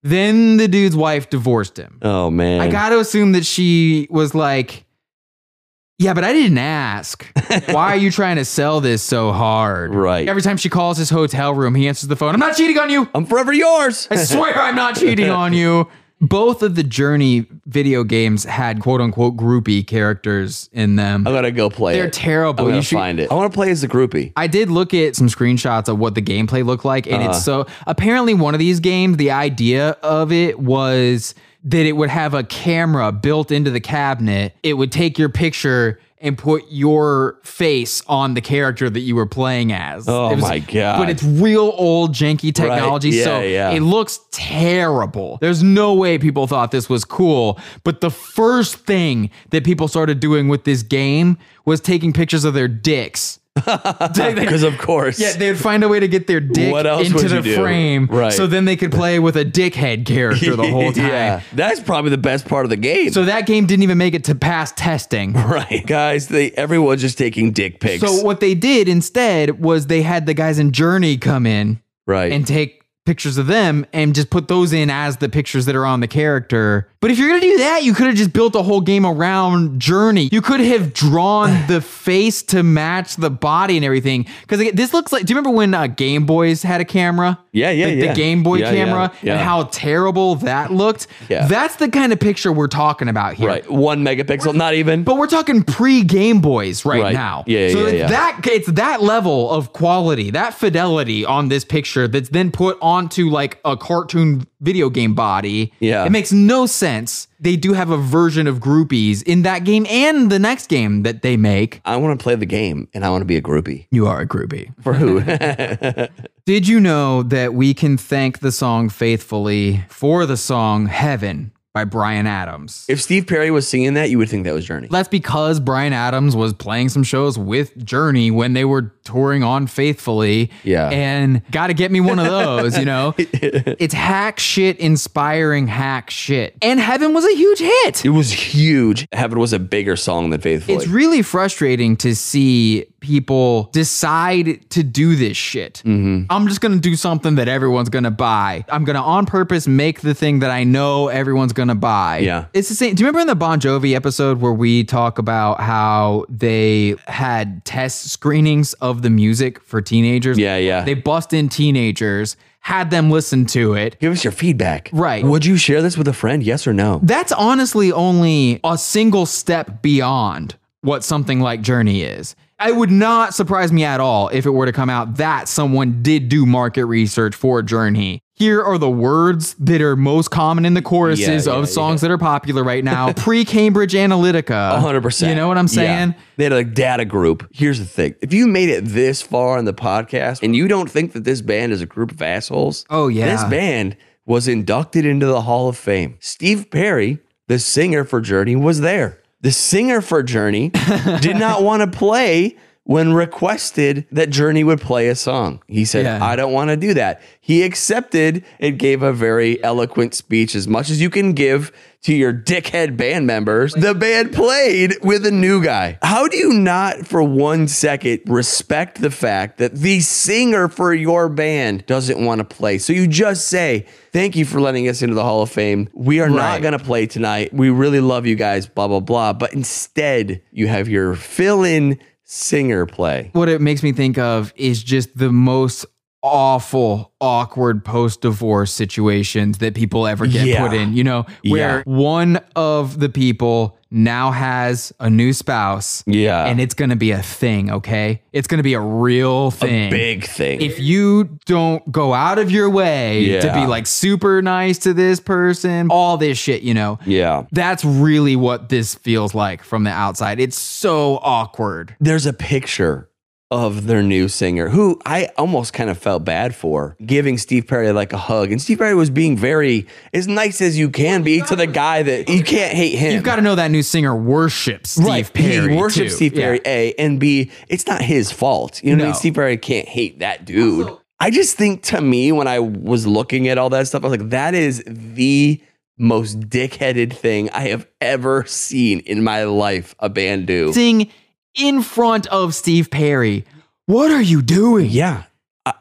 Then the dude's wife divorced him. Oh man. I got to assume that she was like, yeah, but I didn't *laughs* ask. Why are you trying to sell this so hard? Right. Every time she calls his hotel room, he answers the phone. I'm not cheating on you. I'm forever yours. I swear I'm not *laughs* cheating on you. Both of the Journey video games had quote unquote groupie characters in them. I'm gonna go play. They're it. terrible. Oh, I'm gonna You should- find it. I want to play as a *laughs* groupie. I did look at some screenshots of what the gameplay looked like, and it's Uh-huh. so apparently one of these games, the idea of it was that it would have a camera built into the cabinet. It would take your picture and put your face on the character that you were playing as. Oh It was- my God. But it's real old janky technology, Yeah, so yeah. it looks terrible. There's no way people thought this was cool. But the first thing that people started doing with this game was taking pictures of their *laughs* dicks. Because of course. Yeah, they'd find a way to get their dick What else into would the you do? frame, Right. So then they could play with a dickhead character the *laughs* whole time. Yeah. That's probably the best part of the game. So that game didn't even make it to past testing. *laughs* right, guys. They everyone's just taking dick pics. So what they did instead was they had the guys in Journey come in right. and take pictures of them and just put those in as the pictures that are on the character. But if you're going to do that, you could have just built a whole game around Journey. You could have *sighs* drawn the face to match the body and everything cuz this looks like do you remember when uh, Game Boys had a camera? Yeah, yeah, the, yeah. the Game Boy Yeah, yeah, camera yeah. and how terrible that looked. Yeah. That's the kind of picture we're talking about here. right. One megapixel. Not even. But we're talking pre Game Boys right, Right. now. Yeah, so yeah, it's yeah. that it's that level of quality, that fidelity on this picture that's then put onto like a cartoon video game body. Yeah. It makes no sense. They do have a version of groupies in that game and the next game that they make. I want to play the game and I want to be a groupie. You are a groupie. *laughs* For who? *laughs* Did you know that we can thank the song faithfully for the song Heaven by Brian Adams? if Steve Perry was singing that, you would think that was Journey. That's because Brian Adams was playing some shows with Journey when they were touring on Faithfully. Yeah. And got to get me one of those, you *laughs* know? it's hack shit, inspiring hack shit. And Heaven was a huge hit. It was huge. Heaven was a bigger song than Faithfully. It's really frustrating to see people decide to do this shit. Mm-hmm. I'm just going to do something that everyone's going to buy. I'm going to on purpose make the thing that I know everyone's going to buy. Yeah. It's the same. Do you remember in the Bon Jovi episode where we talk about how they had test screenings of the music for teenagers? Yeah, yeah. They bust in teenagers. had them listen to it. Give us your feedback. Right. Would you share this with a friend? Yes or no? That's honestly only a single step beyond what something like Journey is. It would not surprise me at all if it were to come out that someone did do market research for Journey. Here are the words that are most common in the choruses Yeah, yeah, of songs that are popular right *laughs* now. Pre Cambridge Analytica. 100%. You know what I'm saying? Yeah. They had a data group. Here's the thing if you made it this far in the podcast and you don't think that this band is a group of assholes, Oh, yeah. This band was inducted into the Hall of Fame. Steve Perry, the singer for Journey, was there. The singer for Journey did *laughs* not want to play when requested that Journey would play a song. He said, Yeah. I don't want to do that. He accepted and gave a very eloquent speech, as much as you can give to your dickhead band members. The band played with a new guy. How do you not, for one second, respect the fact that the singer for your band doesn't want to play? So you just say, Thank you for letting us into the Hall of Fame. We are not Right. going to play tonight. We really love you guys, blah, blah, blah. But instead, you have your fill in singer play. what it makes me think of is just the most awful, awkward post divorce situations that people ever get Yeah. put in, you know, where Yeah. one of the people now has a new spouse Yeah. and it's going to be a thing, okay? It's going to be a real thing. big thing. if you don't go out of your way to Yeah. be like super nice to this person, all this shit, you know. yeah. That's really what this feels like from the outside. It's so awkward. there's a picture of their new singer who I almost kind of felt bad for giving Steve Perry like a hug. And Steve Perry was being very as nice as you can be to the guy that you can't hate him. You've got to know that new singer worships Steve Perry. He worships too. Steve Perry, Yeah. A, and B, it's not his fault. You know what I mean? No. Steve Perry can't hate that dude. I just think to me, when I was looking at all that stuff, I was like, that is the most dickheaded thing I have ever seen in my life a band do. Sing in front of Steve Perry. What are you doing? Yeah. I-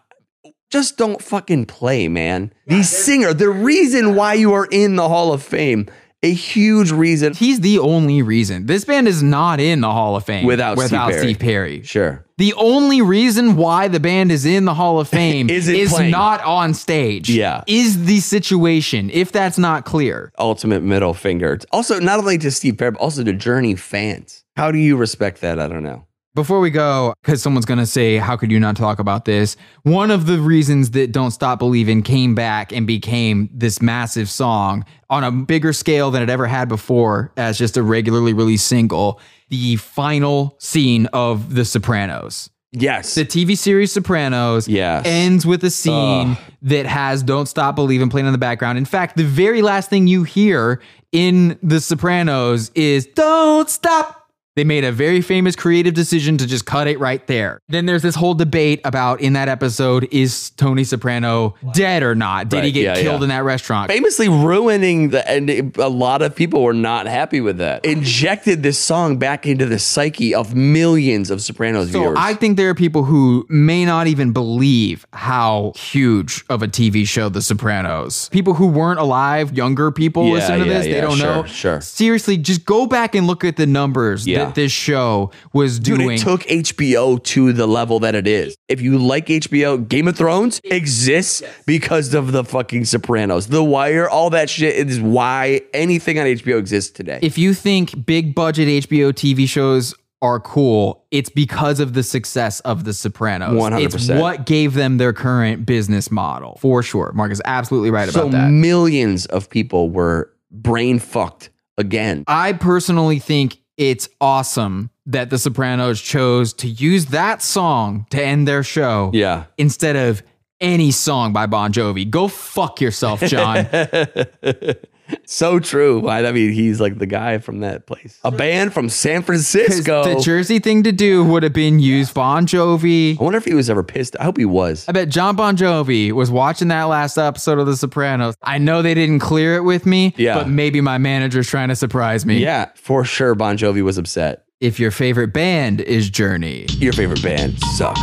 Uh, Just don't fucking play, man. the singer, the reason why you are in the Hall of Fame, a huge reason. He's the only reason. This band is not in the Hall of Fame Without Steve without Perry. Steve Perry. Sure. The only reason why the band is in the Hall *laughs* of Fame Is is it playing? not on stage. Yeah. Is the situation, if that's not clear. Ultimate middle finger. Also, not only to Steve Perry, but also to Journey fans. How do you respect that? I don't know. Before we go, because someone's going to say, How could you not talk about this? One of the reasons that Don't Stop Believing came back and became this massive song on a bigger scale than it ever had before as just a regularly released single, the final scene of The Sopranos. Yes. The TV series Sopranos Yes. ends with a scene Ugh. that has Don't Stop Believing playing in the background. In fact, the very last thing you hear in The Sopranos is Don't Stop. They made a very famous creative decision to just cut it right there. Then there's this whole debate about in that episode is Tony Soprano dead or not? Did he Right, get yeah, killed yeah. in that restaurant? famously ruining the and it- a lot of people were not happy with that. Injected this song back into the psyche of millions of Sopranos So viewers. I think there are people who may not even believe how huge of a TV show The Sopranos. People who weren't alive, younger people Yeah, listen to yeah, this, they yeah, don't sure, know. sure. Seriously, just go back and look at the numbers Yeah. that this show was Dude, doing. it took HBO to the level that it is. If you like HBO, Game of Thrones exists because of the fucking Sopranos, The Wire, all that shit is why anything on HBO exists today. if you think big budget HBO TV shows are cool, it's because of the success of The Sopranos. 100%. It's what gave them their current business model, for sure. Mark is absolutely right so about that. millions of people were brain fucked again. I personally think it's awesome that the Sopranos chose to use that song to end their show Yeah. instead of any song by Bon Jovi. Go fuck *laughs* yourself, John. so true. I I mean, he's like the guy from that place. A band from San 'Cause Francisco. The Jersey thing to do would have been use Bon Jovi. I wonder if he was ever pissed. I hope he was. I bet John Bon Jovi was watching that last episode of The Sopranos. I know they didn't clear it with me, Yeah. but maybe my manager's trying to surprise me. Yeah, for sure. Bon Jovi was upset. If your favorite band is Journey. Your favorite band sucks.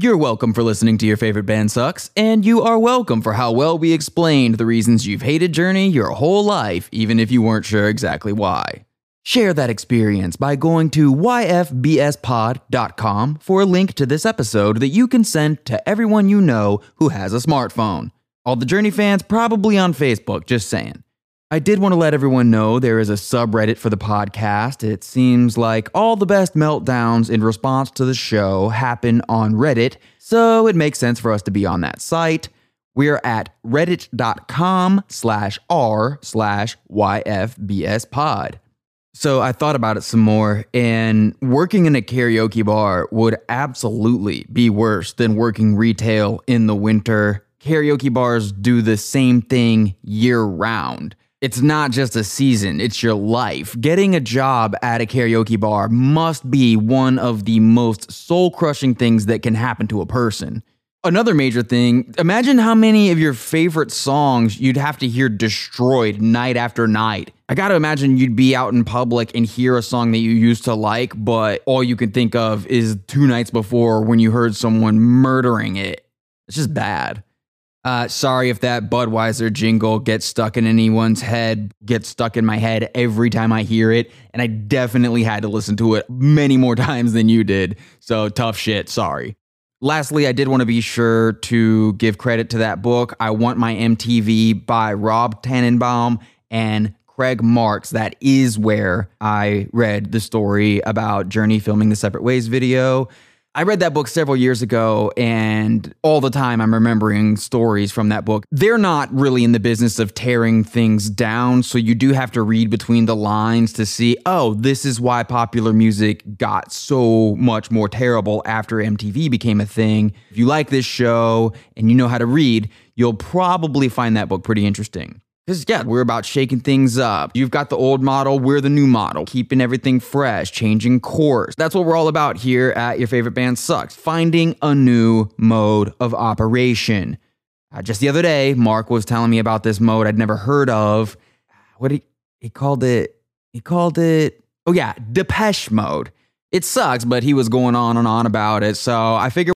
You're welcome for listening to your favorite band sucks, and you are welcome for how well we explained the reasons you've hated Journey your whole life, even if you weren't sure exactly why. Share that experience by going to yfbspod.com for a link to this episode that you can send to everyone you know who has a smartphone. All the Journey fans probably on Facebook, just saying. I did want to let everyone know there is a subreddit for the podcast. It seems like all the best meltdowns in response to the show happen on Reddit, so it makes sense for us to be on that site. We are at reddit.com slash r slash yfbspod. So I thought about it some more, and working in a karaoke bar would absolutely be worse than working retail in the winter. Karaoke bars do the same thing year round. It's not just a season, it's your life. Getting a job at a karaoke bar must be one of the most soul crushing things that can happen to a person. Another major thing, imagine how many of your favorite songs you'd have to hear destroyed night after night. I gotta imagine you'd be out in public and hear a song that you used to like, but all you can think of is two nights before when you heard someone murdering it. It's just bad. Uh, sorry if that Budweiser jingle gets stuck in anyone's head, gets stuck in my head every time I hear it. And I definitely had to listen to it many more *laughs* times than you did. So tough shit. Sorry. Lastly, I did want to be sure to give credit to that book, I Want My MTV by Rob Tannenbaum and Craig Marks. That is where I read the story about Journey filming the Separate Ways video. I read that book several years ago, and all the time I'm remembering stories from that book. They're not really in the business of tearing things down, so you do have to read between the lines to see, oh, this is why popular music got so much more terrible after MTV became a thing. If you like this show and you know how to read, you'll probably find that book pretty interesting. Because, yeah, we're about shaking things up. You've got the old model, we're the new model, keeping everything fresh, changing course. That's what we're all about here at Your Favorite Band Sucks, finding a new mode of operation. Uh, just the other day, Mark was telling me about this mode I'd never heard of. What he, he called it, he called it, oh, yeah, Depeche mode. It sucks, but he was going on and on about it. So I figured.